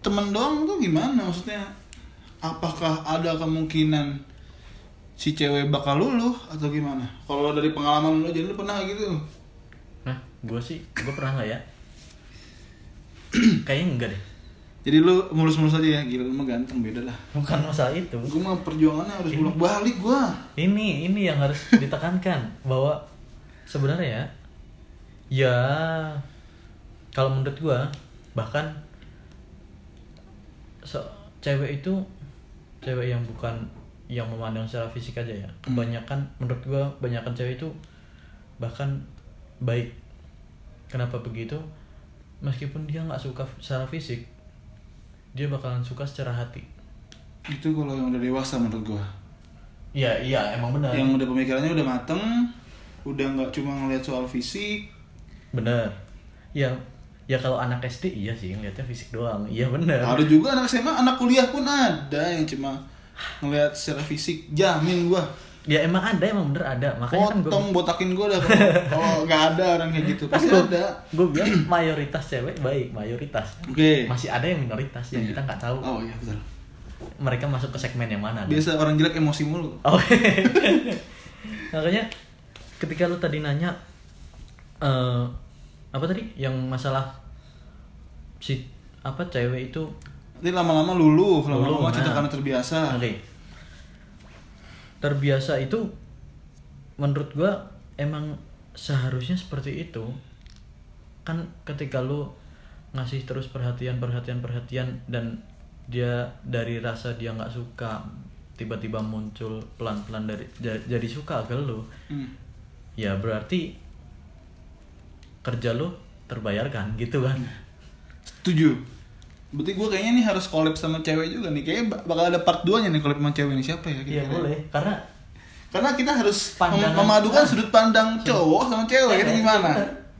[SPEAKER 1] temen doang tuh gimana maksudnya apakah ada kemungkinan si cewek bakal luluh atau gimana kalau dari pengalaman lo jadi lu pernah nggak gitu
[SPEAKER 2] Nah, gue sih, gue pernah nggak ya? Kayaknya enggak deh.
[SPEAKER 1] jadi lu mulus-mulus aja ya gila lu mah ganteng beda lah
[SPEAKER 2] Bukan masalah itu.
[SPEAKER 1] gue mah perjuangannya harus bolak balik gua
[SPEAKER 2] Ini, ini yang harus ditekankan bahwa sebenarnya ya, ya kalau menurut gue bahkan se- cewek itu cewek yang bukan yang memandang secara fisik aja ya. Kebanyakan menurut gue, kebanyakan cewek itu bahkan baik. Kenapa begitu? Meskipun dia nggak suka secara fisik, dia bakalan suka secara hati.
[SPEAKER 1] itu Gitu kalau yang udah dewasa menurut gua
[SPEAKER 2] Iya, iya, emang benar.
[SPEAKER 1] yang udah pemikirannya udah mateng udah nggak cuma ngeliat soal fisik
[SPEAKER 2] Benar. Ya, ya kalau anak SD iya sih ngeliatnya fisik doang iya bener
[SPEAKER 1] Ada juga anak SMA, anak kuliah pun ada yang cuma ngelihat secara fisik, jamin gua.
[SPEAKER 2] ya emang ada emang bener ada makanya kan gue
[SPEAKER 1] Potong botakin gua dah kalau- kalau nggak ada orang kayak gitu. Pasti ada.
[SPEAKER 2] gue bilang mayoritas cewek baik mayoritas
[SPEAKER 1] Oke.
[SPEAKER 2] masih ada yang minoritas yang
[SPEAKER 1] Iya.
[SPEAKER 2] ya, kita nggak tahu
[SPEAKER 1] Oh iya betul.
[SPEAKER 2] mereka masuk ke segmen yang mana nih.
[SPEAKER 1] Biasa orang jelek emosi mulu.
[SPEAKER 2] Oke. Makanya ketika lu tadi nanya eh apa tadi yang masalah si apa cewek itu
[SPEAKER 1] Nanti lama-lama luluh,
[SPEAKER 2] Luluh,
[SPEAKER 1] lama-lama cinta
[SPEAKER 2] nah.
[SPEAKER 1] karena terbiasa.
[SPEAKER 2] oke. Terbiasa itu menurut gua emang seharusnya seperti itu. Kan ketika lu ngasih terus perhatian perhatian perhatian dan dia dari rasa dia nggak suka tiba-tiba muncul pelan-pelan dari ja- jadi suka ke lu.
[SPEAKER 1] Hmm.
[SPEAKER 2] ya berarti kerja lo terbayarkan gitu kan
[SPEAKER 1] Setuju. Berarti gua kayaknya nih harus collab sama cewek juga nih. Kayaknya bak- bakal ada part 2-nya nih collab sama cewek nih. Siapa ya?
[SPEAKER 2] iya
[SPEAKER 1] kira-kira?
[SPEAKER 2] boleh karena
[SPEAKER 1] Karena kita harus mem-
[SPEAKER 2] Pandangan-
[SPEAKER 1] memadukan sudut pandang cowok sama cewek. Itu
[SPEAKER 2] Cewek.
[SPEAKER 1] gimana?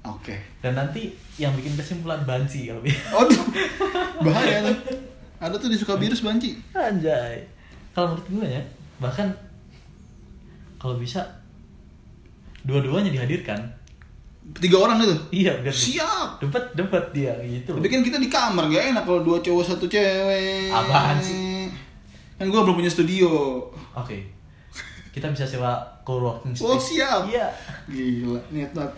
[SPEAKER 1] Oke.
[SPEAKER 2] dan nanti yang bikin kesimpulan banci kalau gitu. bisa
[SPEAKER 1] Aduh, bahaya tuh. Ada tuh di Sukabirus banci.
[SPEAKER 2] anjay kalau menurut gue ya bahkan kalau bisa dua-duanya dihadirkan
[SPEAKER 1] Tiga orang itu.
[SPEAKER 2] iya biar
[SPEAKER 1] Siap.
[SPEAKER 2] debat debat dia gitu
[SPEAKER 1] Tapi kan kita di kamar gak enak kalau dua cowok satu cewek.
[SPEAKER 2] Apaan sih?
[SPEAKER 1] Kan gua belum punya studio.
[SPEAKER 2] oke kita bisa sewa co-working
[SPEAKER 1] Oh siap.
[SPEAKER 2] iya
[SPEAKER 1] Gila, niat banget.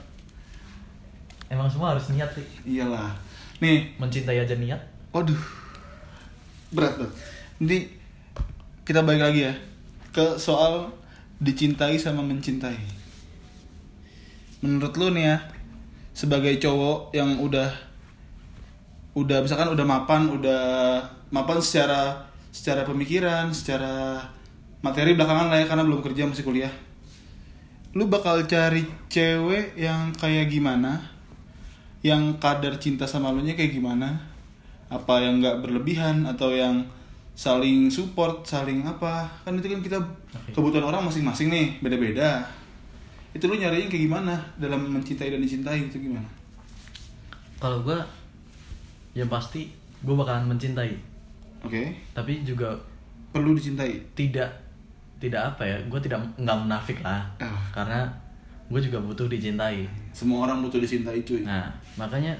[SPEAKER 2] emang semua harus niat sih
[SPEAKER 1] Iyalah. Nih,
[SPEAKER 2] mencintai aja niat
[SPEAKER 1] Waduh. Berat banget. Jadi kita balik lagi ya ke soal dicintai sama mencintai. Menurut lu nih ya, sebagai cowok yang udah udah misalkan udah mapan, udah mapan secara secara pemikiran, secara materi belakangan lah ya karena belum kerja masih kuliah. Lu bakal cari cewek yang kayak gimana? yang kadar cinta sama lu nya kayak gimana apa yang nggak berlebihan atau yang saling support saling apa kan itu kan kita kebutuhan orang masing-masing nih beda-beda itu lu nyariin kayak gimana dalam mencintai dan dicintai itu gimana
[SPEAKER 2] kalau gue ya pasti gue bakalan mencintai
[SPEAKER 1] oke
[SPEAKER 2] tapi juga
[SPEAKER 1] perlu dicintai
[SPEAKER 2] tidak tidak apa ya gue tidak nggak munafik lah
[SPEAKER 1] Ah.
[SPEAKER 2] karena gue juga butuh dicintai
[SPEAKER 1] semua orang butuh dicintai cuy
[SPEAKER 2] nah makanya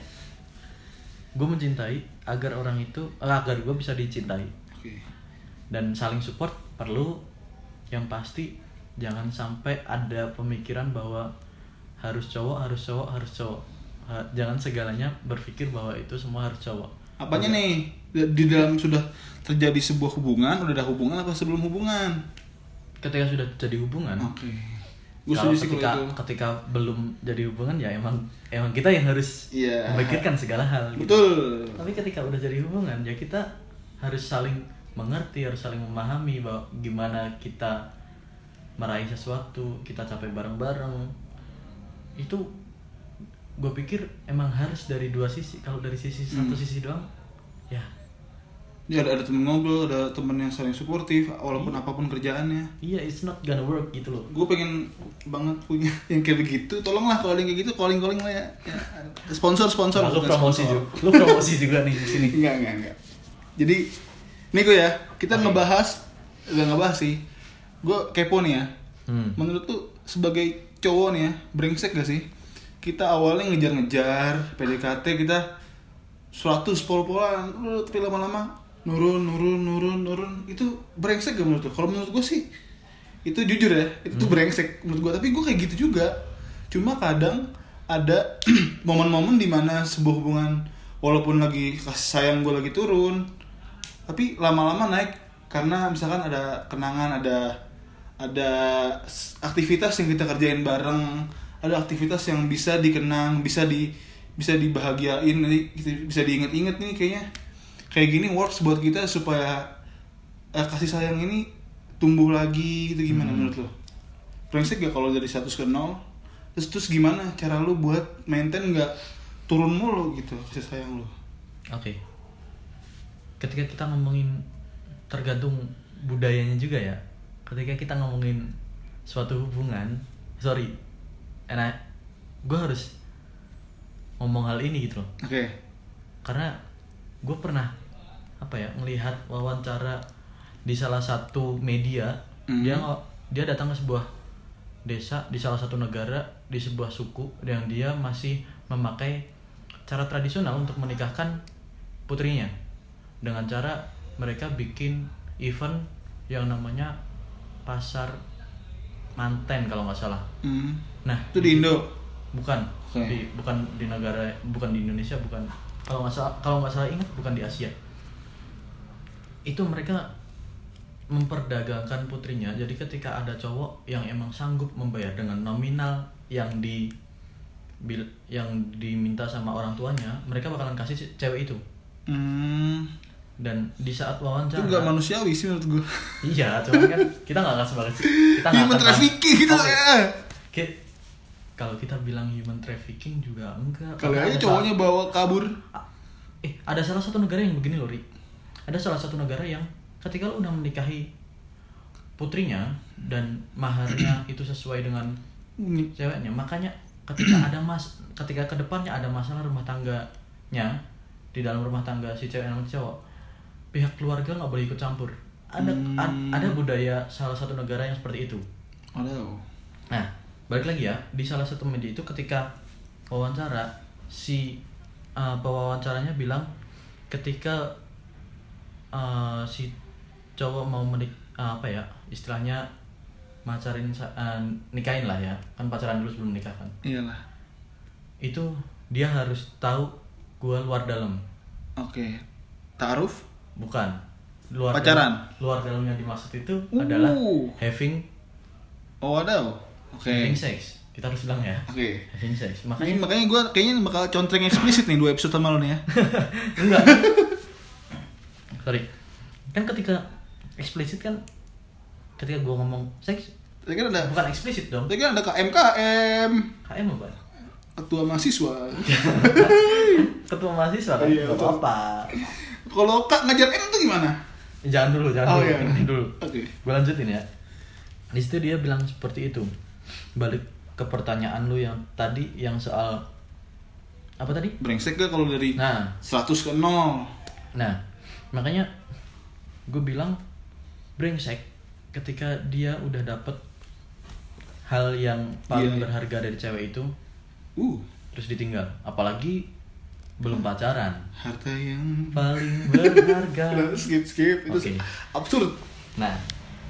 [SPEAKER 2] gue mencintai agar orang itu eh, agar gue bisa dicintai
[SPEAKER 1] oke
[SPEAKER 2] dan saling support perlu yang pasti jangan sampai ada pemikiran bahwa harus cowok harus cowok harus cowok Ha- jangan segalanya berpikir bahwa itu semua harus cowok
[SPEAKER 1] apanya nih Di- di dalam sudah terjadi sebuah hubungan udah ada hubungan apa sebelum hubungan
[SPEAKER 2] ketika sudah jadi hubungan
[SPEAKER 1] oke gue setuju
[SPEAKER 2] kalau
[SPEAKER 1] sih
[SPEAKER 2] ketika
[SPEAKER 1] kalau itu
[SPEAKER 2] ketika belum jadi hubungan ya emang emang kita yang harus
[SPEAKER 1] Iya.
[SPEAKER 2] memikirkan segala hal gitu.
[SPEAKER 1] betul
[SPEAKER 2] tapi ketika udah jadi hubungan ya kita harus saling mengerti harus saling memahami bahwa gimana kita meraih sesuatu kita capai bareng-bareng itu gue pikir emang harus dari dua sisi kalau dari sisi satu sisi doang ya
[SPEAKER 1] Ya ada, ada temen ngobrol, ada temen yang saling suportif, walaupun apapun kerjaannya.
[SPEAKER 2] iya it's not gonna work gitu loh
[SPEAKER 1] Gue pengen banget punya yang kayak begitu. Tolonglah calling kayak gitu, calling calling lah ya. Ya, Sponsor sponsor.
[SPEAKER 2] Nah, lu
[SPEAKER 1] bukan
[SPEAKER 2] promosi
[SPEAKER 1] sponsor.
[SPEAKER 2] juga lu promosi juga nih di sini
[SPEAKER 1] Enggak enggak enggak. Jadi nih gue ya, kita ngebahas enggak ngebahas sih. Gue kepo nih ya.
[SPEAKER 2] Hmm.
[SPEAKER 1] Menurut tuh sebagai cowok nih ya, brengsek gak sih? Kita awalnya ngejar-ngejar, PDKT kita 100 pol-polan, lu tapi lama-lama nurun, nurun, nurun, nurun. Itu brengsek gak menurut lu? Kalau menurut gue sih itu jujur ya, itu tuh brengsek menurut gue. Tapi gue kayak gitu juga. Cuma kadang ada momen-momen dimana sebuah hubungan walaupun lagi kasih sayang gue lagi turun, tapi lama-lama naik karena misalkan ada kenangan, ada ada s- aktivitas yang kita kerjain bareng ada aktivitas yang bisa dikenang bisa di bisa dibahagiain nanti kita bisa diinget-inget nih kayaknya kayak gini works buat kita supaya eh, kasih sayang ini tumbuh lagi itu gimana menurut lo brengsek gak kalau dari 100 ke 0 terus terus gimana cara lo buat maintain nggak turun mulu gitu kasih sayang lo
[SPEAKER 2] Oke. Ketika kita ngomongin tergantung budayanya juga ya. Ketika kita ngomongin suatu hubungan, sorry, enak, gue harus ngomong hal ini gitu loh
[SPEAKER 1] Oke.
[SPEAKER 2] karena gue pernah apa ya melihat wawancara di salah satu media
[SPEAKER 1] Mhm.
[SPEAKER 2] dia ngo- dia datang ke sebuah desa di salah satu negara di sebuah suku yang dia masih memakai cara tradisional untuk menikahkan putrinya dengan cara mereka bikin event yang namanya pasar manten kalau nggak salah
[SPEAKER 1] Hmm.
[SPEAKER 2] nah
[SPEAKER 1] Itu di Indo.
[SPEAKER 2] bukan
[SPEAKER 1] Oke.
[SPEAKER 2] di bukan di negara bukan di Indonesia bukan kalau nggak salah kalau nggak salah ingat bukan di Asia itu mereka memperdagangkan putrinya jadi ketika ada cowok yang emang sanggup membayar dengan nominal yang di bil- yang diminta sama orang tuanya mereka bakalan kasih si- cewek itu
[SPEAKER 1] Hmm.
[SPEAKER 2] dan di
[SPEAKER 1] Itu
[SPEAKER 2] saat wawancara
[SPEAKER 1] nggak manusiawi sih menurut gue.
[SPEAKER 2] iya cuman kan kita nggak akan sebagai kita
[SPEAKER 1] Human
[SPEAKER 2] nggak akan- kan-
[SPEAKER 1] trafficking gitu
[SPEAKER 2] Oke.
[SPEAKER 1] ya.
[SPEAKER 2] Ki- kalau kita bilang human trafficking juga enggak
[SPEAKER 1] Kalau aja
[SPEAKER 2] Karena ada
[SPEAKER 1] cowoknya bawa kabur.
[SPEAKER 2] sa- eh ada salah satu negara yang begini loh Ri ada salah satu negara yang ketika lo udah menikahi putrinya dan maharnya itu sesuai dengan
[SPEAKER 1] Ini-
[SPEAKER 2] ceweknya makanya ketika ada mas ketika kedepannya ada masalah rumah tangganya di dalam rumah tangga si cewek sama cowok pihak keluarga nggak boleh ikut campur ada ad- ada budaya salah satu negara yang seperti itu
[SPEAKER 1] Waduh.
[SPEAKER 2] Nah, balik lagi ya di salah satu media itu ketika wawancara si uh, pewawancaranya bilang ketika uh, si cowok mau menik uh, apa ya istilahnya macarin sa- uh, nikahin lah ya kan pacaran dulu sebelum nikah kan
[SPEAKER 1] Iyalah.
[SPEAKER 2] itu dia harus tahu gua luar dalam
[SPEAKER 1] Oke. Taruf.
[SPEAKER 2] bukan luar
[SPEAKER 1] Pacaran?
[SPEAKER 2] dalam, luar dalam yang dimaksud itu
[SPEAKER 1] Uh.
[SPEAKER 2] adalah having
[SPEAKER 1] Oh waduh. Oke.
[SPEAKER 2] having sex kita harus bilang ya
[SPEAKER 1] Oke.
[SPEAKER 2] having sex makanya
[SPEAKER 1] Makanya, makanya gue kayaknya bakal contreng eksplisit nih dua episode sama lo nih ya.
[SPEAKER 2] enggak sorry kan ketika eksplisit kan ketika gua ngomong seks
[SPEAKER 1] Tadi kan ada,
[SPEAKER 2] bukan eksplisit dong
[SPEAKER 1] tadi kan ada KMKM,
[SPEAKER 2] KM apa
[SPEAKER 1] ketua mahasiswa.
[SPEAKER 2] ketua mahasiswa kan
[SPEAKER 1] Iya,
[SPEAKER 2] Gak
[SPEAKER 1] betul.
[SPEAKER 2] apa
[SPEAKER 1] Kalau kak ngajar N itu gimana?
[SPEAKER 2] jangan dulu
[SPEAKER 1] Oh,
[SPEAKER 2] jangan dulu
[SPEAKER 1] iya.
[SPEAKER 2] Ini dulu
[SPEAKER 1] Oke.
[SPEAKER 2] gue lanjutin ya di situ dia bilang seperti itu balik ke pertanyaan lu yang tadi yang soal apa tadi
[SPEAKER 1] Brengsek gak kalau dari
[SPEAKER 2] nah
[SPEAKER 1] 100 ke 0?
[SPEAKER 2] Nah, makanya gue bilang brengsek ketika dia udah dapet hal yang paling
[SPEAKER 1] Iya, iya.
[SPEAKER 2] berharga dari cewek itu
[SPEAKER 1] Uh,
[SPEAKER 2] terus ditinggal, apalagi belum pacaran.
[SPEAKER 1] harta yang...
[SPEAKER 2] Paling berharga.
[SPEAKER 1] Udah, skip, skip. Itu
[SPEAKER 2] Oke.
[SPEAKER 1] absurd.
[SPEAKER 2] Nah,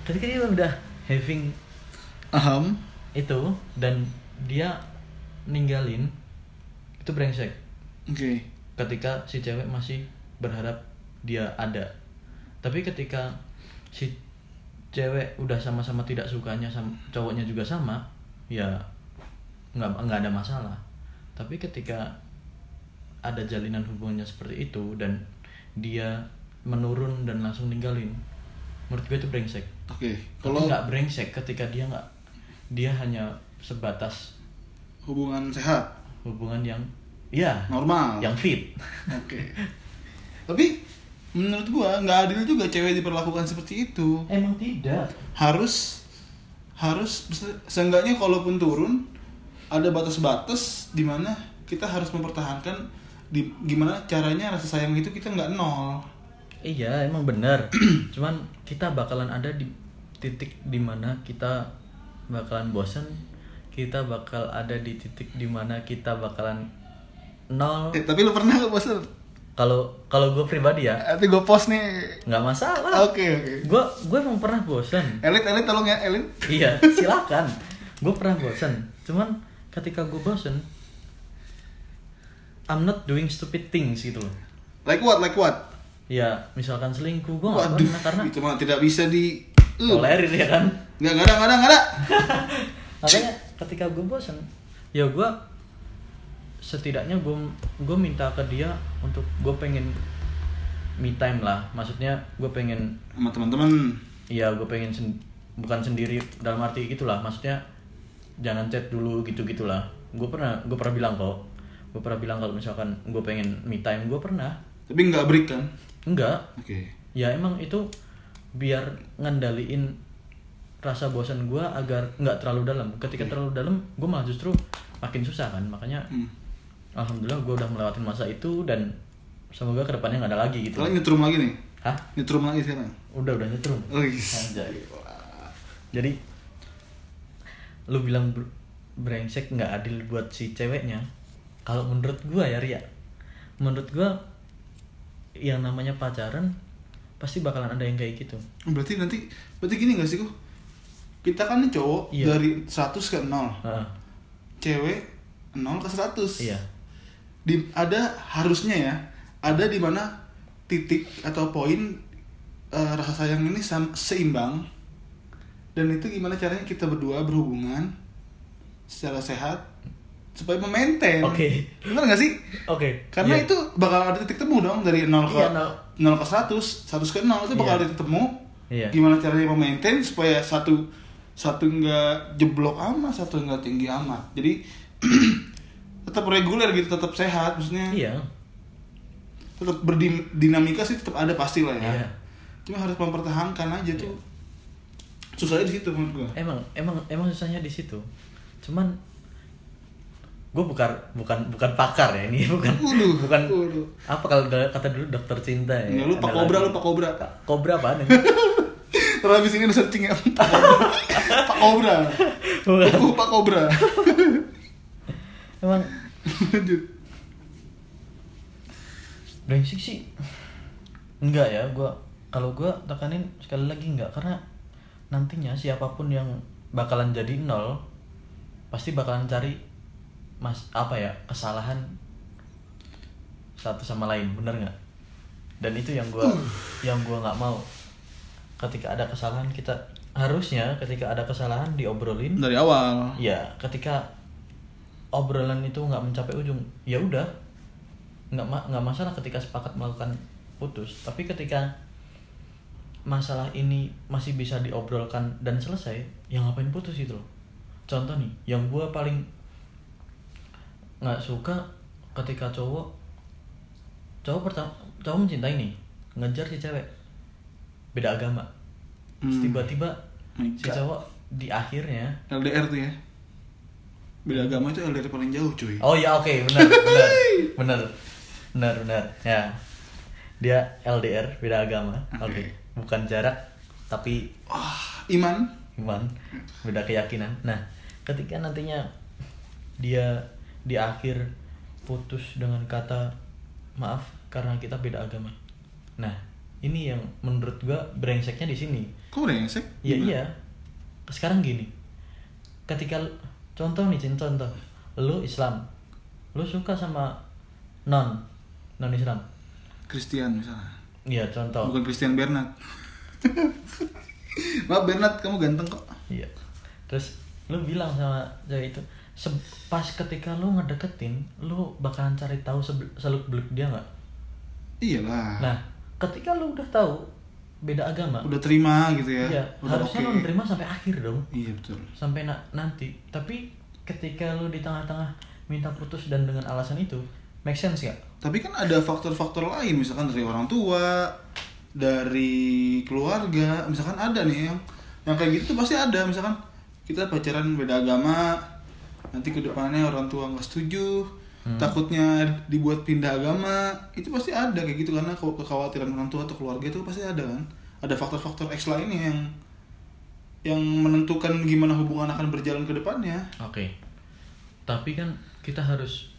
[SPEAKER 2] ketika dia udah having
[SPEAKER 1] Aham.
[SPEAKER 2] itu dan dia ninggalin itu brengsek
[SPEAKER 1] Oke.
[SPEAKER 2] ketika si cewek masih berharap dia ada tapi ketika si cewek udah sama-sama tidak sukanya sama cowoknya juga sama ya nggak nggak ada masalah tapi ketika ada jalinan hubungannya seperti itu dan dia menurun dan langsung ninggalin menurut gue itu brengsek
[SPEAKER 1] Oke.
[SPEAKER 2] kalau
[SPEAKER 1] Kalau
[SPEAKER 2] nggak brengsek ketika dia nggak dia hanya sebatas
[SPEAKER 1] hubungan sehat,
[SPEAKER 2] hubungan yang ya
[SPEAKER 1] normal.
[SPEAKER 2] yang fit
[SPEAKER 1] Oke. Tapi menurut gua nggak adil juga cewek diperlakukan seperti itu.
[SPEAKER 2] emang tidak
[SPEAKER 1] Harus harus se- seenggaknya kalaupun turun ada batas-batas di mana kita harus mempertahankan di gimana caranya rasa sayang itu kita nggak nol.
[SPEAKER 2] Iya emang benar. Cuman kita bakalan ada di titik dimana kita bakalan bosen, kita bakal ada di titik dimana kita bakalan nol.
[SPEAKER 1] Eh, tapi lu pernah gak bosan?
[SPEAKER 2] Kalau kalau gue pribadi ya
[SPEAKER 1] Nanti gua post nih.
[SPEAKER 2] nggak masalah.
[SPEAKER 1] Oke oke.
[SPEAKER 2] Gue gue emang pernah bosen.
[SPEAKER 1] Elit elit tolong ya elit.
[SPEAKER 2] iya silakan. Gue pernah bosen. Cuman ketika gue bosen, I'm not doing stupid things gitu loh.
[SPEAKER 1] Like what like what?
[SPEAKER 2] Ya misalkan selingkuh gue nggak
[SPEAKER 1] Waduh,
[SPEAKER 2] pernah karena
[SPEAKER 1] itu mah tidak bisa di. Uh,
[SPEAKER 2] tolerir ya kan.
[SPEAKER 1] nggak nggak ada nggak ada nggak ada.
[SPEAKER 2] makanya ketika gue bosen ya gue setidaknya gue gue minta ke dia untuk gue pengen me time lah maksudnya gue pengen
[SPEAKER 1] Sama teman-teman.
[SPEAKER 2] ya gue pengen sen- bukan sendiri dalam arti gitulah maksudnya jangan chat dulu gitu gitulah gue pernah gue pernah bilang kok gue pernah bilang kalau misalkan gue pengen me time gue pernah
[SPEAKER 1] Tapi nggak break kan?
[SPEAKER 2] enggak
[SPEAKER 1] Oke.
[SPEAKER 2] ya emang itu biar ngendaliin rasa bosan gua agar nggak terlalu dalam ketika terlalu dalam gue malah justru makin susah kan makanya
[SPEAKER 1] Hmm.
[SPEAKER 2] alhamdulillah gue udah melewatin masa itu dan semoga kedepannya nggak ada lagi gitu
[SPEAKER 1] Kalian nyetrum lagi nih?
[SPEAKER 2] hah
[SPEAKER 1] Nyetrum lagi sekarang?
[SPEAKER 2] udah udah nyetrum
[SPEAKER 1] Wih.
[SPEAKER 2] Anjay. jadi lu bilang ber- brengsek nggak adil buat si ceweknya kalau menurut gua ya Ria menurut gua yang namanya pacaran pasti bakalan ada yang kayak gitu
[SPEAKER 1] Berarti nanti, berarti gini gak sih kok? Kita kan nih cowok
[SPEAKER 2] Iya.
[SPEAKER 1] dari 100 ke 0
[SPEAKER 2] Heeh.
[SPEAKER 1] Cewek 0 ke 100
[SPEAKER 2] iya
[SPEAKER 1] di ada harusnya ya ada di mana titik atau poin eh, rasa sayang ini sam- seimbang dan itu gimana caranya kita berdua berhubungan secara sehat supaya memaintain
[SPEAKER 2] Oke.
[SPEAKER 1] bener gak sih
[SPEAKER 2] oke
[SPEAKER 1] karena
[SPEAKER 2] Iya.
[SPEAKER 1] itu bakal ada titik temu dong dari 0 ke
[SPEAKER 2] Iya, nol.
[SPEAKER 1] 0 ke 100 100 ke 0 itu bakal
[SPEAKER 2] Iya.
[SPEAKER 1] ada titik temu
[SPEAKER 2] Iya.
[SPEAKER 1] gimana caranya memaintain supaya satu satu enggak jeblok amat satu enggak tinggi amat jadi tetap reguler gitu tetap sehat maksudnya
[SPEAKER 2] iya
[SPEAKER 1] tetap berdinamika sih tetap ada pasti lah ya
[SPEAKER 2] Iya.
[SPEAKER 1] cuma harus mempertahankan aja tuh susahnya di situ menurut gua
[SPEAKER 2] emang emang emang susahnya di situ cuman gue bukan bukan bukan pakar ya ini bukan
[SPEAKER 1] Waduh,
[SPEAKER 2] bukan
[SPEAKER 1] waduh.
[SPEAKER 2] apa kalau da- kata dulu dokter cinta
[SPEAKER 1] Ya,
[SPEAKER 2] ya
[SPEAKER 1] lu
[SPEAKER 2] Ada
[SPEAKER 1] Pak Kobra,
[SPEAKER 2] lagi.
[SPEAKER 1] lu Pak Kobra.
[SPEAKER 2] Pak kobra apa nih
[SPEAKER 1] terus habis ini lu searching ya Pak Kobra. Pak Kobra
[SPEAKER 2] Bukan.
[SPEAKER 1] Buku Pak Kobra
[SPEAKER 2] emang
[SPEAKER 1] lanjut
[SPEAKER 2] brengsek sih enggak ya gue kalau gue tekanin sekali lagi enggak karena nantinya siapapun yang bakalan jadi nol pasti bakalan cari mas apa ya kesalahan satu sama lain bener nggak dan itu yang gua yang gua nggak mau ketika ada kesalahan kita harusnya ketika ada kesalahan diobrolin
[SPEAKER 1] dari awal
[SPEAKER 2] ya ketika obrolan itu nggak mencapai ujung ya udah nggak ma- nggak masalah ketika sepakat melakukan putus tapi ketika masalah ini masih bisa diobrolkan dan selesai yang ngapain putus itu loh contoh nih yang gue paling nggak suka ketika cowok cowok pertama cowok mencintai nih ngejar si cewek beda agama Terus
[SPEAKER 1] Hmm.
[SPEAKER 2] tiba-tiba
[SPEAKER 1] My
[SPEAKER 2] si
[SPEAKER 1] God.
[SPEAKER 2] cowok di akhirnya
[SPEAKER 1] LDR tuh ya beda agama itu LDR paling jauh cuy
[SPEAKER 2] Oh ya oke benar benar benar benar benar ya dia LDR beda agama oke
[SPEAKER 1] Oke.
[SPEAKER 2] bukan jarak tapi
[SPEAKER 1] Wah, Ah, iman
[SPEAKER 2] iman beda keyakinan nah ketika nantinya dia di akhir putus dengan kata maaf karena kita beda agama nah ini yang menurut gua brengseknya di sini
[SPEAKER 1] kok brengsek
[SPEAKER 2] Iya
[SPEAKER 1] Gimana?
[SPEAKER 2] iya. Sekarang gini. Ketika l- contoh nih Cin, contoh. Lu Islam. Lu suka sama non non Islam.
[SPEAKER 1] Christian misalnya
[SPEAKER 2] Iya contoh.
[SPEAKER 1] bukan Christian Bernard maaf Bernard kamu ganteng kok
[SPEAKER 2] Iya. Terus lu bilang sama cewek itu se- pas ketika lu ngedeketin, lu bakalan cari tahu sebe- seluk beluk dia nggak?
[SPEAKER 1] iyalah
[SPEAKER 2] Nah, ketika lu udah tahu beda agama,
[SPEAKER 1] udah terima gitu ya
[SPEAKER 2] iya,
[SPEAKER 1] udah
[SPEAKER 2] harusnya lu nerima sampai akhir dong.
[SPEAKER 1] iya betul
[SPEAKER 2] sampai na- nanti tapi ketika lu di tengah-tengah minta putus dan dengan alasan itu make sense gak?
[SPEAKER 1] tapi kan ada faktor-faktor lain misalkan dari orang tua dari keluarga misalkan ada nih yang yang kayak gitu tuh pasti ada misalkan kita pacaran beda agama nanti kedepannya orang tua nggak setuju takutnya dibuat pindah agama itu pasti ada kayak gitu karena ke- kekhawatiran orang tua atau keluarga itu pasti ada kan ada faktor-faktor X lainnya yang yang menentukan gimana hubungan akan berjalan ke depannya
[SPEAKER 2] oke tapi kan kita harus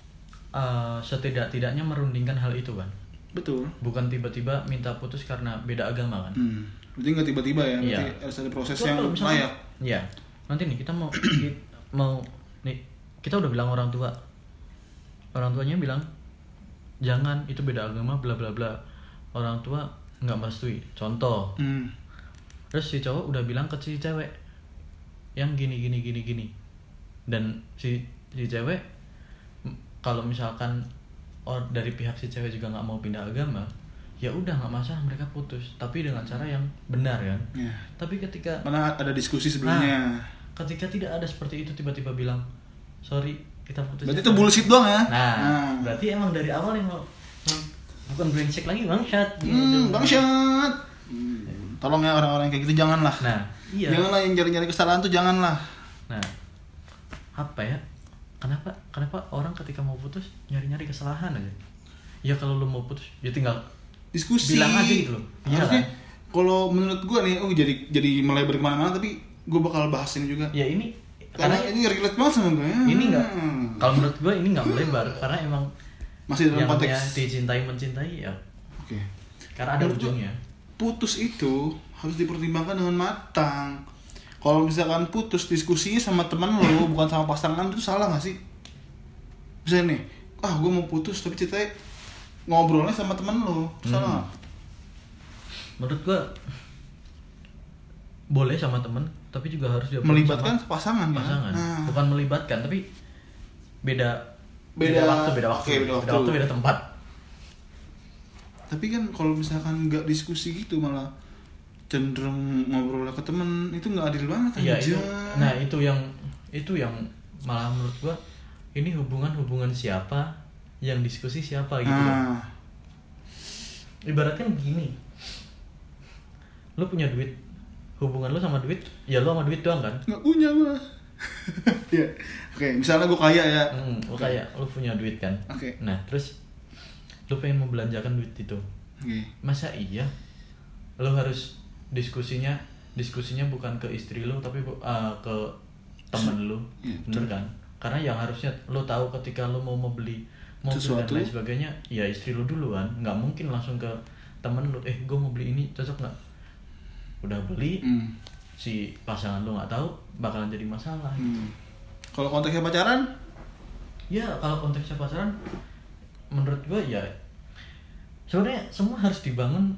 [SPEAKER 2] eh, setidak-tidaknya merundingkan hal itu kan
[SPEAKER 1] betul
[SPEAKER 2] bukan tiba-tiba minta putus karena beda agama kan
[SPEAKER 1] hmm. berarti nggak tiba-tiba ya berarti
[SPEAKER 2] Iya.
[SPEAKER 1] harus ada proses
[SPEAKER 2] Kecuali
[SPEAKER 1] yang
[SPEAKER 2] kalau misalnya-
[SPEAKER 1] layak
[SPEAKER 2] Iya. Nanti nih kita mau ki- mau nih kita udah bilang orang tua. Orang tuanya bilang jangan itu beda agama bla bla bla. Orang tua nggak merestui. Contoh.
[SPEAKER 1] Hmm.
[SPEAKER 2] Terus si cowok udah bilang ke si cewek yang gini gini gini gini. Dan si si cewek m- kalau misalkan or dari pihak si cewek juga nggak mau pindah agama, ya udah nggak masalah mereka putus. Tapi dengan cara yang benar kan.
[SPEAKER 1] Ya.
[SPEAKER 2] Tapi ketika
[SPEAKER 1] Mana ada diskusi sebelumnya.
[SPEAKER 2] ketika tidak ada seperti itu tiba-tiba bilang sorry kita putus
[SPEAKER 1] berarti
[SPEAKER 2] ya."
[SPEAKER 1] itu bullshit doang ya?
[SPEAKER 2] nah, berarti emang dari awal yang lo- lo- bukan brengsek lagi bangsat
[SPEAKER 1] Hmm, bangsat. Hmm, Tolong ya orang-orang kayak gitu janganlah.
[SPEAKER 2] nah iya
[SPEAKER 1] Janganlah yang nyari-nyari kesalahan tuh janganlah.
[SPEAKER 2] nah apa ya kenapa kenapa orang ketika mau putus nyari-nyari kesalahan aja ya kalau lu mau putus ya tinggal
[SPEAKER 1] diskusi
[SPEAKER 2] Bilang aja gitu loh. Iya
[SPEAKER 1] harusnya
[SPEAKER 2] kan?
[SPEAKER 1] kalau menurut gue nih oh jadi jadi melebar kemana-mana tapi gue bakal bahas ini juga
[SPEAKER 2] ya ini
[SPEAKER 1] karena
[SPEAKER 2] karena
[SPEAKER 1] ini relate banget sama ya. gue
[SPEAKER 2] ini nggak kalau menurut gue ini nggak melebar karena emang
[SPEAKER 1] masih dalam
[SPEAKER 2] yang
[SPEAKER 1] konteks
[SPEAKER 2] namanya dicintai mencintai ya
[SPEAKER 1] oke
[SPEAKER 2] karena ada
[SPEAKER 1] Menurut gua-
[SPEAKER 2] ujungnya
[SPEAKER 1] putus itu harus dipertimbangkan dengan matang kalau misalkan putus diskusinya sama teman lo bukan sama pasangan itu salah gak sih misalnya nih ah gue mau putus tapi ceritanya ngobrolnya sama teman lo Itu
[SPEAKER 2] Hmm.
[SPEAKER 1] salah nggak?
[SPEAKER 2] menurut gue boleh sama temen tapi juga harus dia
[SPEAKER 1] melibatkan pasangan kan
[SPEAKER 2] Iya, pasangan
[SPEAKER 1] Nah,
[SPEAKER 2] bukan melibatkan tapi beda
[SPEAKER 1] Beda-
[SPEAKER 2] waktu beda waktu
[SPEAKER 1] oke, beda waktu.
[SPEAKER 2] beda tempat
[SPEAKER 1] tapi kan kalau misalkan nggak diskusi gitu malah cenderung ngobrolnya ke temen itu nggak adil banget
[SPEAKER 2] iya
[SPEAKER 1] aja
[SPEAKER 2] itu nah itu yang itu yang malah menurut gua ini hubungan hubungan siapa yang diskusi siapa gitu loh.
[SPEAKER 1] nah
[SPEAKER 2] ibaratkan gini lu punya duit hubungan lu sama duit ya lu sama duit doang kan
[SPEAKER 1] nggak punya gua Iya. oke misalnya gue kaya ya
[SPEAKER 2] Hmm, lu kayak lu punya duit kan
[SPEAKER 1] oke
[SPEAKER 2] nah terus lu pengen membelanjakan duit itu
[SPEAKER 1] oke
[SPEAKER 2] masa iya lo harus diskusinya diskusinya bukan ke istri lo tapi bu- eh, ke temen lo
[SPEAKER 1] Iya,
[SPEAKER 2] bener kan karena yang harusnya lo tahu ketika lo mau membeli mobil
[SPEAKER 1] Sesuatu.
[SPEAKER 2] dan lain sebagainya ya istri lo duluan nggak mungkin langsung ke temen lo eh gue mau beli ini cocok nggak udah beli
[SPEAKER 1] Hmm.
[SPEAKER 2] si pasangan lo nggak tahu bakalan jadi masalah
[SPEAKER 1] Hmm. Kalau konteksnya pacaran,
[SPEAKER 2] ya kalau konteksnya pasaran menurut gue ya sebenarnya semua harus dibangun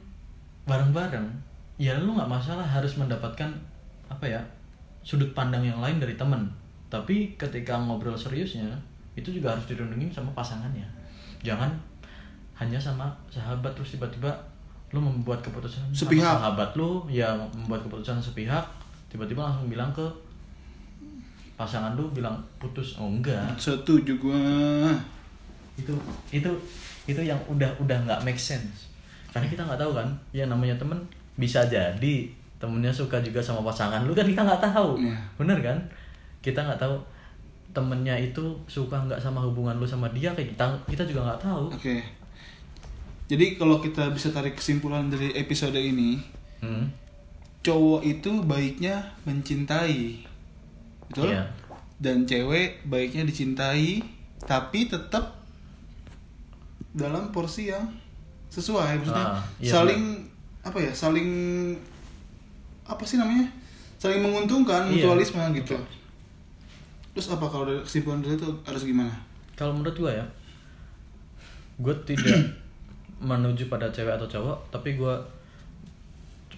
[SPEAKER 2] bareng-bareng ya lu nggak masalah harus mendapatkan apa ya sudut pandang yang lain dari temen tapi ketika ngobrol seriusnya itu juga harus dirundungin sama pasangannya jangan hanya sama sahabat terus tiba-tiba lu membuat keputusan sama
[SPEAKER 1] Sepihak.
[SPEAKER 2] sahabat lu ya membuat keputusan sepihak tiba-tiba langsung bilang ke pasangan lu bilang putus oh enggak
[SPEAKER 1] setuju gua.
[SPEAKER 2] itu itu itu yang udah udah nggak make sense karena kita nggak tahu kan yang namanya temen bisa jadi temennya suka juga sama pasangan lu kan kita nggak tahu
[SPEAKER 1] Iya.
[SPEAKER 2] bener kan kita nggak tahu temennya itu suka nggak sama hubungan lu sama dia kayak kita kita juga nggak tahu
[SPEAKER 1] Oke. Jadi kalau kita bisa tarik kesimpulan dari episode ini,
[SPEAKER 2] hmm.
[SPEAKER 1] cowok itu baiknya mencintai. Betul?
[SPEAKER 2] Iya.
[SPEAKER 1] Dan cewek baiknya dicintai tapi tetap dalam porsi yang sesuai maksudnya
[SPEAKER 2] Ah, iya,
[SPEAKER 1] saling apa ya? Saling apa sih namanya? Saling menguntungkan
[SPEAKER 2] Iya.
[SPEAKER 1] mutualisme gitu. Terus apa kalau dari kesimpulan dari itu harus gimana?
[SPEAKER 2] kalau menurut gue ya gue tidak menuju pada cewek atau cowok tapi gue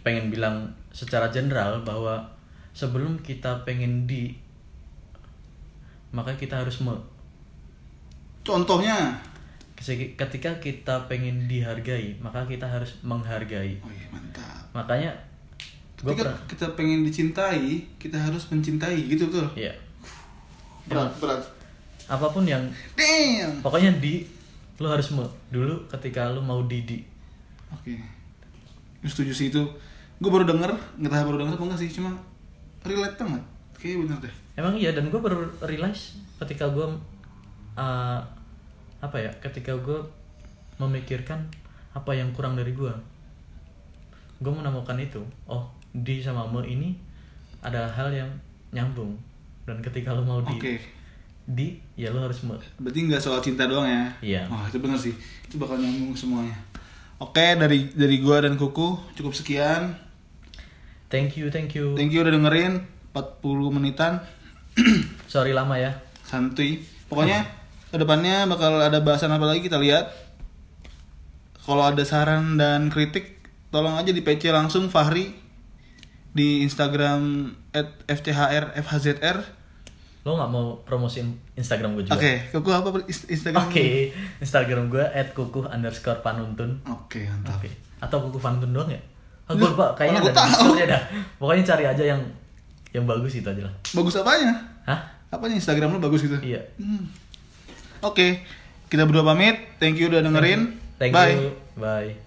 [SPEAKER 2] pengen bilang secara general bahwa sebelum kita pengen di maka kita harus me
[SPEAKER 1] Contohnya.
[SPEAKER 2] ketika kita pengen dihargai maka kita harus menghargai
[SPEAKER 1] Oh iya mantap.
[SPEAKER 2] makanya gue
[SPEAKER 1] Ketika
[SPEAKER 2] pernah
[SPEAKER 1] kita pengen dicintai, kita harus mencintai gitu betul.
[SPEAKER 2] ya
[SPEAKER 1] Berat, berat.
[SPEAKER 2] apapun yang
[SPEAKER 1] Damn.
[SPEAKER 2] pokoknya di lo harus me dulu ketika lo mau di di
[SPEAKER 1] Oke. Gue Setuju sih itu. Gue baru denger, nggak tahu baru denger apa enggak sih, cuma relate banget. Kayaknya bener deh.
[SPEAKER 2] Emang iya dan gue baru realize ketika gue uh, apa ya ketika gue memikirkan apa yang kurang dari gue, gue menemukan itu. Oh di sama me ini ada hal yang nyambung dan ketika lo mau di
[SPEAKER 1] Oke.
[SPEAKER 2] di ya lo harus me.
[SPEAKER 1] Berarti nggak soal cinta doang ya?
[SPEAKER 2] Iya.
[SPEAKER 1] Wah itu bener sih. Itu bakal nyambung semuanya. Oke dari dari gue dan Kuku cukup sekian.
[SPEAKER 2] Thank you thank you.
[SPEAKER 1] Thank you udah dengerin 40 menitan
[SPEAKER 2] Sorry lama ya.
[SPEAKER 1] santuy. Pokoknya kedepannya bakal ada bahasan apa lagi kita lihat. Kalau ada saran dan kritik, tolong aja di PC langsung Fahri di Instagram @fchrfhzr.
[SPEAKER 2] Lo nggak mau promosiin Instagram gue
[SPEAKER 1] Oke,
[SPEAKER 2] juga?
[SPEAKER 1] Kuku apa per- is- Instagram?
[SPEAKER 2] Iya. Oke, Instagram gue @kukuh underscore panuntun.
[SPEAKER 1] Oke, mantap.
[SPEAKER 2] Oke. Atau kuku pantun doang ya? Ah, gue lupa, kayaknya
[SPEAKER 1] mana
[SPEAKER 2] ada
[SPEAKER 1] gua tahu.
[SPEAKER 2] Discord ada. Pokoknya cari aja yang yang bagus itu aja lah.
[SPEAKER 1] Bagus apanya?
[SPEAKER 2] Hah?
[SPEAKER 1] Apanya Instagram lu bagus gitu?
[SPEAKER 2] Iya.
[SPEAKER 1] Hmm. Oke, kita berdua pamit. Thank you udah dengerin.
[SPEAKER 2] Thank
[SPEAKER 1] Bye.
[SPEAKER 2] you. Bye.